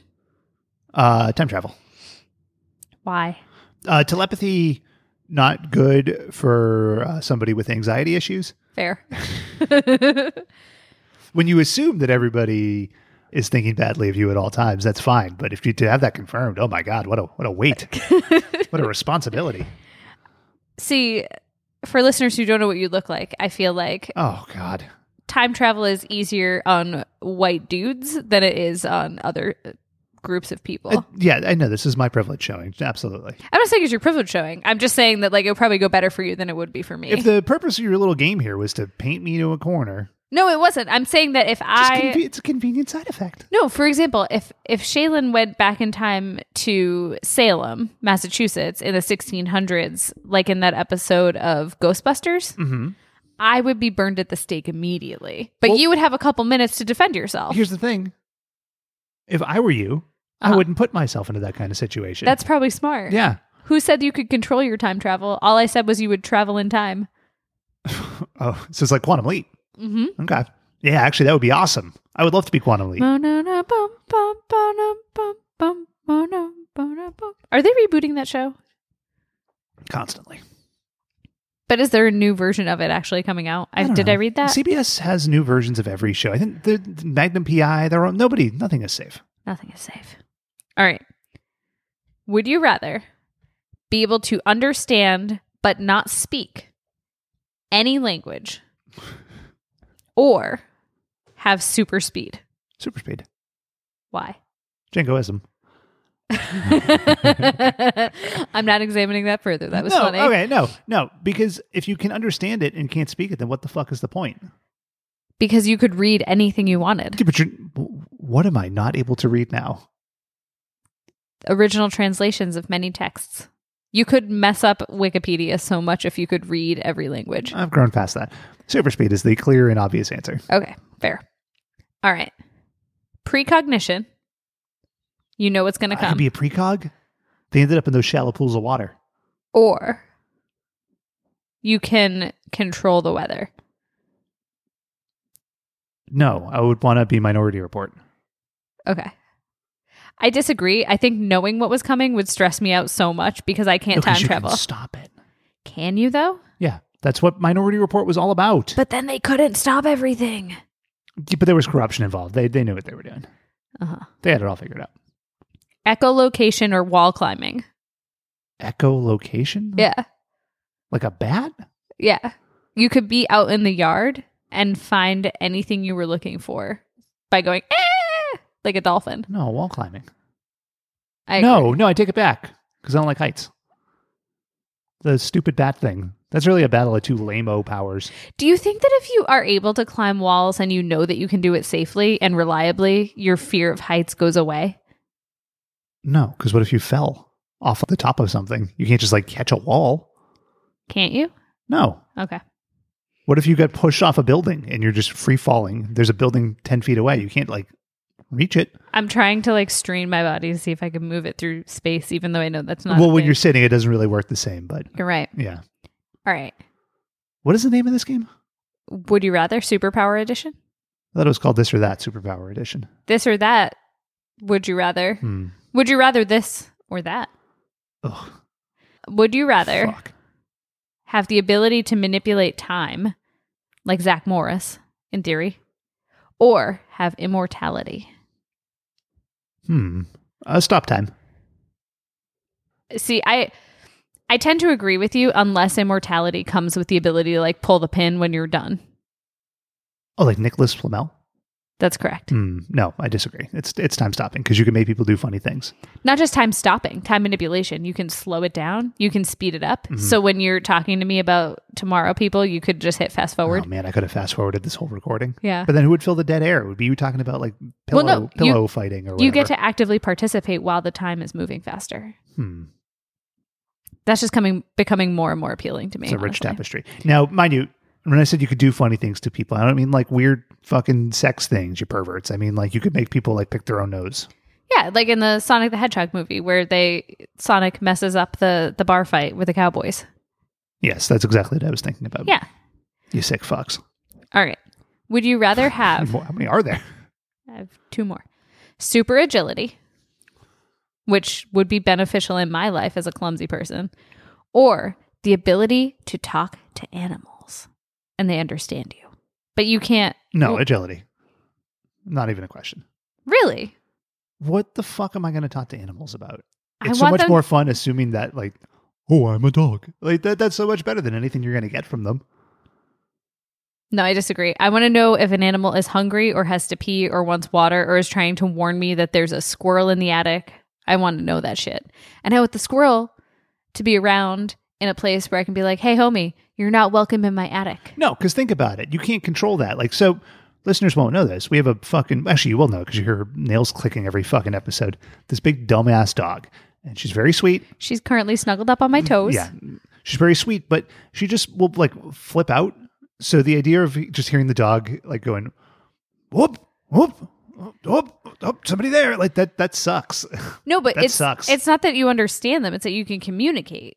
Uh, time travel.
Why?
Uh, telepathy not good for uh, somebody with anxiety issues.
Fair. *laughs*
When you assume that everybody is thinking badly of you at all times, that's fine. But if you to have that confirmed, oh my god, what a what a
*laughs*
weight, what a responsibility.
See, for listeners who don't know what you look like, I feel like
Oh god.
time travel is easier on white dudes than it is on other uh, groups of people.
Uh, yeah, I know this is my privilege showing. Absolutely.
I'm not saying it's your privilege showing. I'm just saying that like it would probably go better for you than it would be for me.
If the purpose of your little game here was to paint me to a corner,
no, it wasn't. I'm saying that if
just
I
conve- it's a convenient side effect.
No, for example, if if Shaylin went back in time to Salem, Massachusetts in the 1600s, like in that episode of Ghostbusters,
Mhm.
I would be burned at the stake immediately. But you would have a couple minutes to defend yourself.
Here's the thing: if I were you, I wouldn't put myself into that kind of situation.
Uh-huh. That's probably smart.
yeah.
Who said you could control your time travel? All I said was you would travel in time.
Oh, so it's like quantum leap.
Mhm.
Okay. Yeah, actually, that would be awesome. I would love to be quantum leap.
Mo no no bum bum bum bum bum mo no bo no Are they rebooting that show?
Constantly.
But is there a new version of it actually coming out? I,
don't
did
know.
I read that?
CBS has new versions of every show. I think the the Magnum PI, they're all, nobody, nothing is safe.
Nothing is safe. All right. Would you rather be able to understand but not speak
*laughs*
any language or have super speed?
Super speed.
Why? *laughs*
Jingoism.
I'm not examining that further. That was
no,
funny.
Okay, no, no, because if you can understand it and can't speak it, then what the fuck is the point?
Because you could read anything you wanted.
Yeah, but you're, what am I not able to read now?
Original translations of many texts. You could mess up Wikipedia so much if you could read every language.
I've grown past that. Super speed is the clear and obvious answer.
Okay, fair. All right. Precognition. You know what's going to
I could
come.
be a precog. They ended up in those shallow pools of water.
or you can control the weather.
No, I would want to be Minority Report.
Okay. I disagree. I think knowing what was coming would stress me out so much because I can't
No, 'cause
time
you can
travel.
stop it.
Can you though?
Yeah, that's what Minority Report was all about.
But then they couldn't stop everything.
Yeah, but there was corruption involved. They they knew what they were doing.
Uh-huh.
They had it all figured out.
Echolocation or wall climbing.
Echolocation,
Yeah.
like a bat.
Yeah. You could be out in the yard and find anything you were looking for by going "Eh," like a dolphin.
No, wall climbing.
I agree.
no, no, I take it back because I don't like heights. The stupid bat thing. That's really a battle of two lame-o powers.
Do you think that if you are able to climb walls and you know that you can do it safely and reliably, your fear of heights goes away?
No, because what if you fell off the top of something? You can't just like catch a wall.
Can't you?
No.
Okay.
What if you got pushed off a building and you're just free falling? There's a building 10 feet away. You can't like reach it.
I'm trying to like strain my body to see if I can move it through space, even though I know that's not.
well,
a
when
thing.
you're sitting, it doesn't really work the same, but
You're right.
yeah.
All right.
What is the name of this game?
Would you rather superpower edition?
I thought it was called This or That Superpower Edition.
This or that? Would you rather?
Hmm.
Would you rather this or that?
Ugh.
Would you rather have the ability to manipulate time, like Zach Morris, in theory, or have immortality?
Hmm. Uh, stop time.
See, I I tend to agree with you unless immortality comes with the ability to like pull the pin when you're done.
Oh, like Nicholas Flamel?
That's correct.
Hmm. No, I disagree. It's it's time stopping because you can make people do funny things.
Not just time stopping, time manipulation. You can slow it down, you can speed it up.
Mhm.
So when you're talking to me about tomorrow people, you could just hit fast forward.
Oh man, I could have fast forwarded this whole recording.
Yeah.
But then who would fill the dead air? It would be you talking about like pillow
Well, no, you-
pillow fighting or whatever.
You get to actively participate while the time is moving faster.
Hmm.
That's just coming becoming more and more appealing to me.
It's a rich
honestly.
tapestry. Now, mind you, when I said you could do funny things to people, I don't mean like weird fucking sex things, you perverts. I mean like you could make people like pick their own nose.
Yeah, like in the Sonic the Hedgehog movie where they Sonic messes up the the bar fight with the cowboys.
Yes, that's exactly what I was thinking about.
Yeah.
You sick fucks.
All right. Would
*laughs*
you rather have
How many are there?
I have two more. Super agility, which would be beneficial in my life as a clumsy person, or the ability to talk to animals and they understand you. But you can't
No,
Well,
agility. Not even a question.
really.
What the fuck am I going to talk to animals about?
I
It's so
want
much
them-
more fun assuming that like, oh, I'm a dog. Like that, that's so much better than anything you're going to get from them.
No, I disagree. I want to know if an animal is hungry or has to pee or wants water or is trying to warn me that there's a squirrel in the attic. I want to know that shit. And I want the squirrel to be around in a place where I can be like, hey, homie, you're not welcome in my attic.
No, because think about it. You can't control that. Like, so listeners won't know this. We have a fucking, actually, you will know because you hear her nails clicking every fucking episode. This big dumbass dog. And she's very sweet.
She's currently snuggled up on my
*laughs*
toes.
Yeah. She's very sweet, but she just will like flip out. So the idea of just hearing the dog like going, whoop, whoop, whoop, whoop, somebody there. Like that, that sucks. *laughs*
No, but
That
it's
sucks.
it's not that you understand them, it's that you can communicate.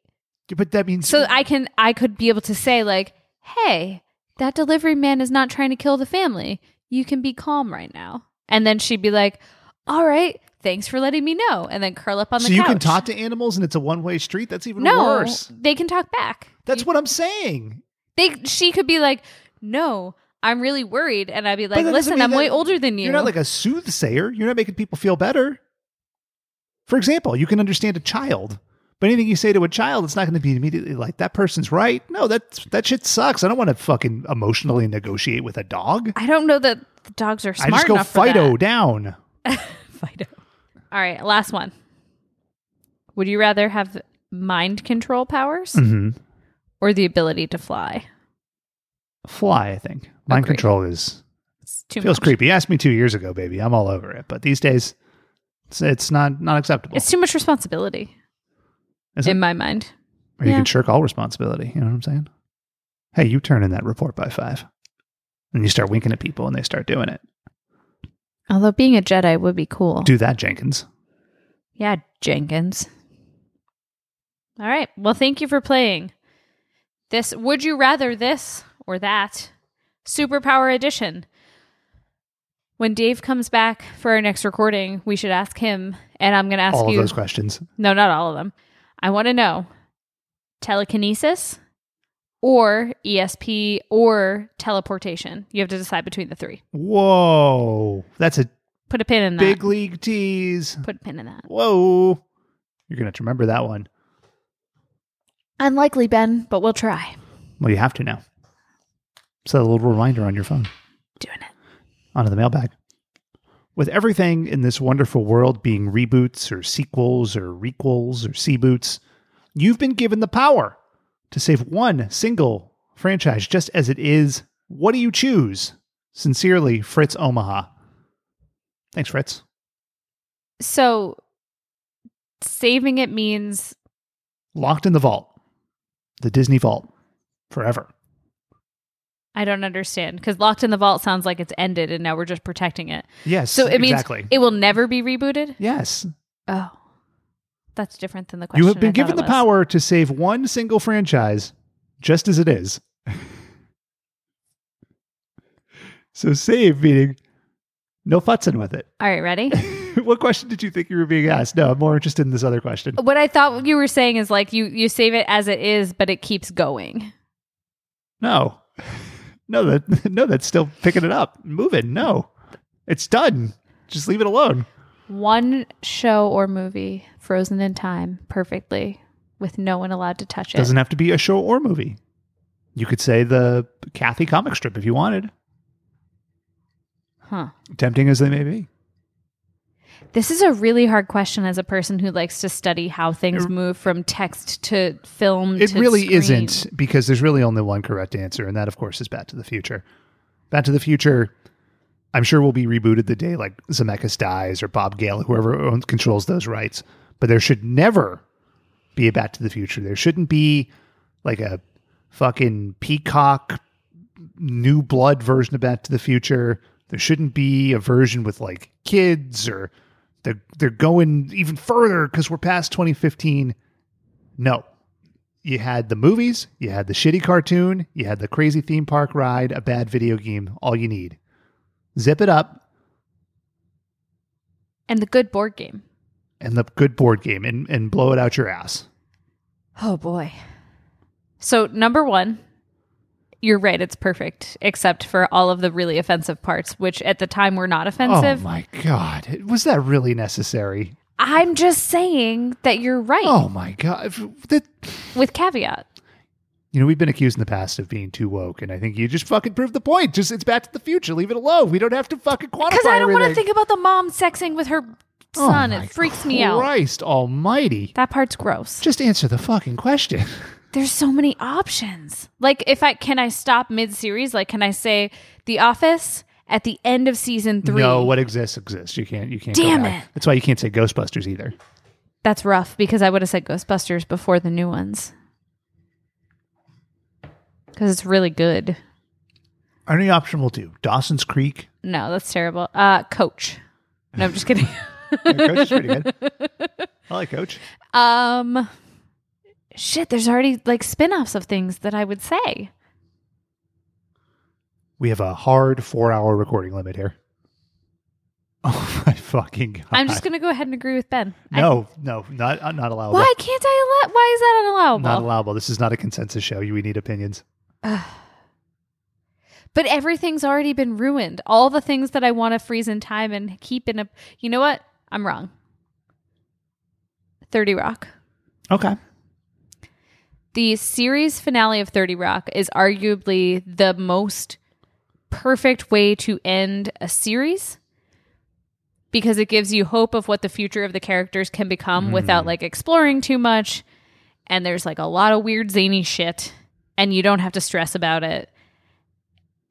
but that means
So I can I could be able to say like, "Hey, that delivery man is not trying to kill the family. You can be calm right now." And then she'd be like, "All right, thanks for letting me know, and then curl up on the
so you
couch.
can talk to animals and it's a one way street. That's even
no,
worse.
they can talk back.
That's what I'm saying.
They she could be like, no, I'm really worried, and I'd be like,
that doesn't
listen,
mean
I'm way
that
older than you.
You're not like a soothsayer. You're not making people feel better. For example, you can understand a child, but anything you say to a child, it's not going to be immediately like that person's right. No, that that shit sucks. I don't want to fucking emotionally negotiate with a dog.
I don't know that the dogs are smart
I just go
enough for that. *laughs*
Fido down.
All right, last one. Would you rather have mind control powers
Mhm.
or the ability to fly?
Fly, I think. Mind control is
too
feels
much.
creepy. Ask me two years ago, baby. I'm all over it. But these days, it's, it's not not acceptable.
It's too much responsibility
Is
in
it?
my mind.
Or you
Yeah.
can shirk all responsibility. You know what I'm saying? Hey, you turn in that report by five. And you start winking at people and they start doing it.
Although being a Jedi would be cool.
Do that, Jenkins.
Yeah, Jenkins. All right. Well, thank you for playing. This would you rather this or that superpower edition. When Dave comes back for our next recording, we should ask him, and I'm going to ask
all
you
of those questions.
No, not all of them. I want to know telekinesis or ESP or teleportation. You have to decide between the three.
Whoa. That's a
Put a pin in that.
big league tease.
Put a pin in that.
Whoa. You're going to have to remember that one.
Unlikely, Ben, but we'll try.
Well, you have to now. So a little reminder on your phone.
Doing
it. Onto the mailbag. With everything in this wonderful world being reboots or sequels or requels or seboots, you've been given the power to save one single franchise just as it is. What do you choose? Sincerely, Fritz Omaha. Thanks, Fritz.
So saving it means
Locked in the vault, the Disney vault, forever.
I don't understand because locked in the vault sounds like it's ended and now we're just protecting it.
Yes,
So it means
exactly.
it will never be rebooted.
Yes.
Oh, that's different than the question.
You have been
I thought
given
it
the
was.
power to save one single franchise just as it is. *laughs* so save meaning no futzing with it. *laughs*
All right, ready.
what question did you think you were being asked? No, I'm more interested in this other question.
what I thought you were saying is like you you save it as it is, but it keeps going.
No. *laughs* No, that *laughs* no, that's still picking it up. Moving. No. It's done. Just leave it alone.
One show or movie frozen in time perfectly with no one allowed to touch it.
Doesn't have to be a show or movie. You could say the Kathy comic strip if you wanted.
Huh.
Tempting as they may be.
This is a really hard question as a person who likes to study how things move from text to film.
It
to
really
screen.
isn't because there's really only one correct answer, and that, of course, is Back to the Future. Back to the Future, I'm sure will be rebooted the day like Zemeckis dies or Bob Gale, whoever owns, controls those rights. But there should never be a Back to the Future. There shouldn't be like a fucking peacock new blood version of Back to the Future. There shouldn't be a version with like kids or they're they're going even further because we're past 2015. No, you had the movies, you had the shitty cartoon, you had the crazy theme park ride, a bad video game, all you need. Zip it up
And the good board game.
and the good board game and, and blow it out your ass.
Oh boy. So number one, you're right, it's perfect, except for all of the really offensive parts, which at the time were not offensive.
Oh my God. Was that really necessary?
I'm just saying that you're right.
Oh my God. If- that-
With caveat.
You know, we've been accused in the past of being too woke, and I think you just fucking proved the point. Just it's back to the future. Leave it alone. We don't have to fucking quantify
Because I don't want to
everything.
think about the mom sexing with her
Oh
son.
my
it freaks me out.
Christ almighty.
That part's gross.
Just answer the fucking question.
There's so many options. Like if I can I stop mid series? Like can I say The Office at the end of season three?
No, what exists exists. You can't. You can't. go
Damn
back. That's why you can't say Ghostbusters either.
That's rough because I would have said Ghostbusters before the new ones. Because it's really good.
Any option will do. Dawson's Creek.
No, that's terrible. Uh, coach. No, I'm
*laughs*
just kidding.
Coach is pretty
*laughs*
good. I like Coach.
Um, shit. There's already like spin-offs of things that I would say.
We have a hard four-hour recording limit here. *laughs* Oh my fucking god!
I'm just going to go ahead and agree with Ben. I-
No, no, not uh, not allowable.
why can't I allow? Why is that unallowable?
Not allowable. This is not a consensus show. You- We need opinions.
But everything's already been ruined. All the things that I want to freeze in time and keep in a. You know what? I'm wrong. 30 Rock.
Okay.
The series finale of 30 Rock is arguably the most perfect way to end a series because it gives you hope of what the future of the characters can become without like exploring too much. And there's like a lot of weird, zany shit, and you don't have to stress about it.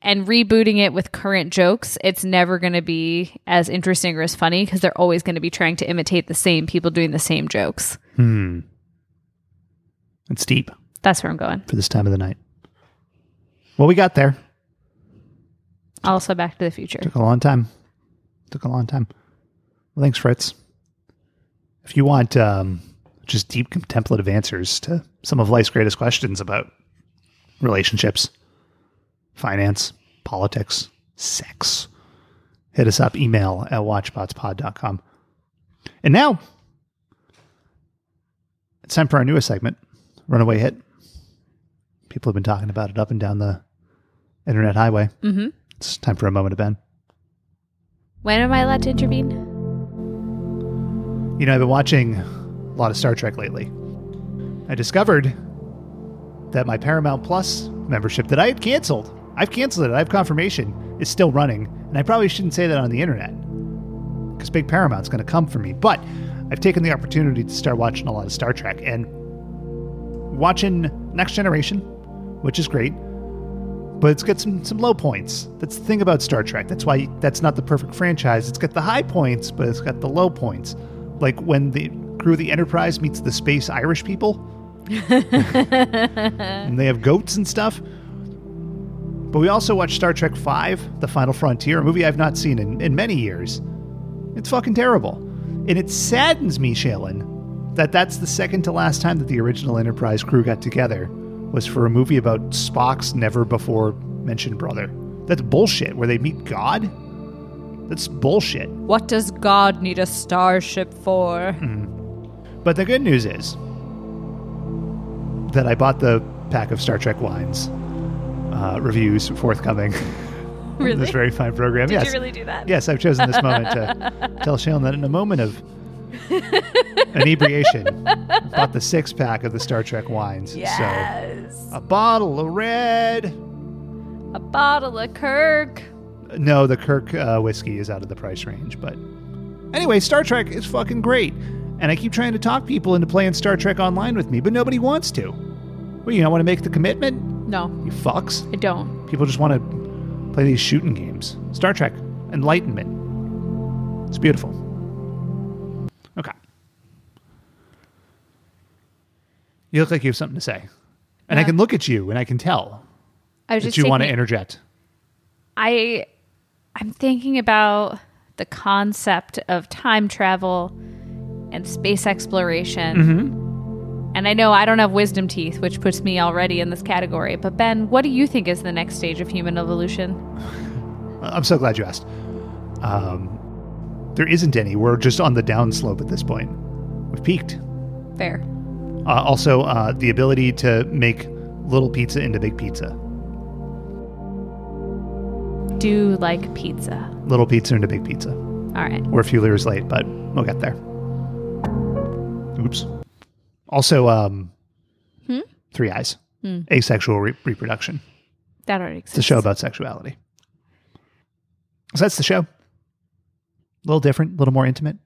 And rebooting it with current jokes, it's never going to be as interesting or as funny because they're always going to be trying to imitate the same people doing the same jokes.
Hmm. It's deep
That's where I'm going.
for this time of the night. Well, we got there.
Also, Back to the Future.
Took a long time. Took a long time. Well, thanks, Fritz. If you want um, just deep contemplative answers to some of life's greatest questions about relationships, finance, politics, sex, hit us up. Email at watchbotspod.com. And now it's time for our newest segment, Runaway Hit. People have been talking about it up and down the internet highway.
Mm-hmm.
It's time for a moment of Ben.
When am I allowed to intervene?
You know, I've been watching a lot of Star Trek lately. I discovered that my Paramount Plus membership that I had canceled, I've canceled it, I have confirmation, is still running. And I probably shouldn't say that on the internet because Big Paramount's going to come for me. But I've taken the opportunity to start watching a lot of Star Trek and watching Next Generation, which is great. But it's got some, some low points. That's the thing about Star Trek. That's why that's not the perfect franchise. It's got the high points, but it's got the low points. Like when the crew of the Enterprise meets the space Irish people, and they have goats and stuff. But we also watched Star Trek V, The Final Frontier, a movie I've not seen in, in many years. It's fucking terrible. And it saddens me, Shailen, that that's the second to last time that the original Enterprise crew got together was for a movie about Spock's never before mentioned brother. That's bullshit. Where they meet God? That's bullshit.
What does God need a starship for?
But the good news is that I bought the pack of Star Trek wines uh, reviews forthcoming. *laughs* from
Really?
This very fine program.
Did
yes.
you really do that?
Yes, I've chosen this moment to tell Shailen that in a moment of inebriation, I bought the six pack of the Star Trek wines.
Yes.
So a bottle of red.
A bottle of Kirk.
No, the Kirk uh, whiskey is out of the price range. But anyway, Star Trek is fucking great. And I keep trying to talk people into playing Star Trek Online with me, but nobody wants to. Well, you don't want to make the commitment?
No,
You fucks.
I don't.
People just want to play these shooting games. Star Trek, Enlightenment. It's beautiful. Okay. You look like you have something to say. And I
Yeah.
can look at you and I can tell
I was
that
just
you want to
thinking-
interject.
I I'm thinking about the concept of time travel and space exploration.
Mm-hmm.
And I know I don't have wisdom teeth, which puts me already in this category. But Ben, what do you think is the next stage of human evolution?
Uh, I'm so glad you asked. Um, there isn't any. We're just on the downslope at this point. We've peaked.
Fair.
Uh, also, uh, the ability to make little pizza into big pizza,
Do like pizza.
little pizza into big pizza.
All right.
We're a few years late, but we'll get there. Oops. Also, um,
Hmm?
Three Eyes,
Hmm.
asexual re- reproduction.
That already
It's a
exists.
show about sexuality. So that's the show. A little different, a little more intimate,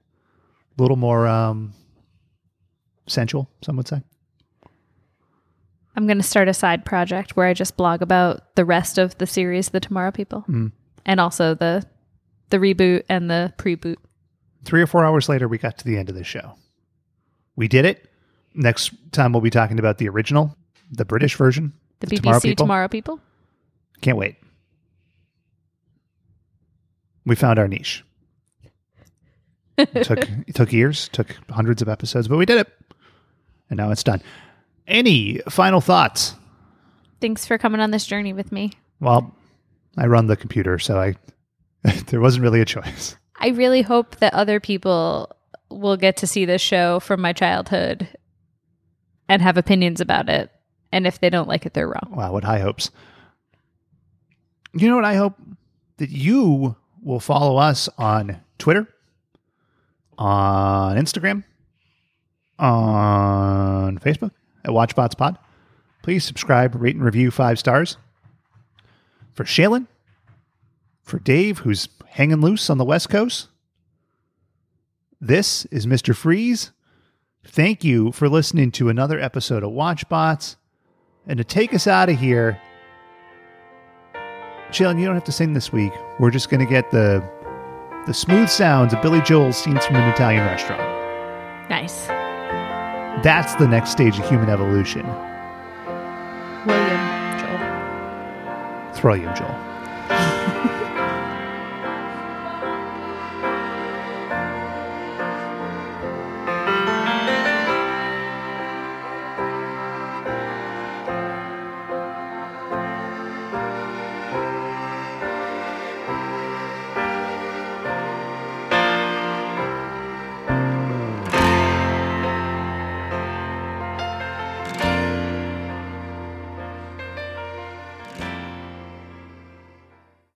a little more um, sensual, some would say.
I'm going to start a side project where I just blog about the rest of the series, The Tomorrow People,
Mm.
and also the the reboot and the preboot.
Three or four hours later, we got to the end of the show. We did it. Next time, we'll be talking about the original, the British version.
The, BBC
Tomorrow
Tomorrow
People.
People.
Can't wait. We found our niche. It took it took years, took hundreds of episodes, but we did it. And now it's done. Any final thoughts?
Thanks for coming on this journey with me.
*laughs* Well, I run the computer, so I there wasn't really a choice.
I really hope that other people will get to see this show from my childhood and have opinions about it. And if they don't like it, they're wrong.
Wow, what high hopes. You know what I hope? That you will follow us on Twitter, on Instagram, on Facebook at WatchBots Pod. Please subscribe, rate, and review five stars. For Shaylin, for Dave, who's hanging loose on the West Coast, this is Mr. Freeze. Thank you for listening to another episode of WatchBots. And to take us out of here, Shaylin, you don't have to sing this week. We're just going to get the the smooth sounds of Billy Joel's scenes from an Italian restaurant.
Nice.
That's the next stage of human evolution.
William Joel.
Thrillium Joel.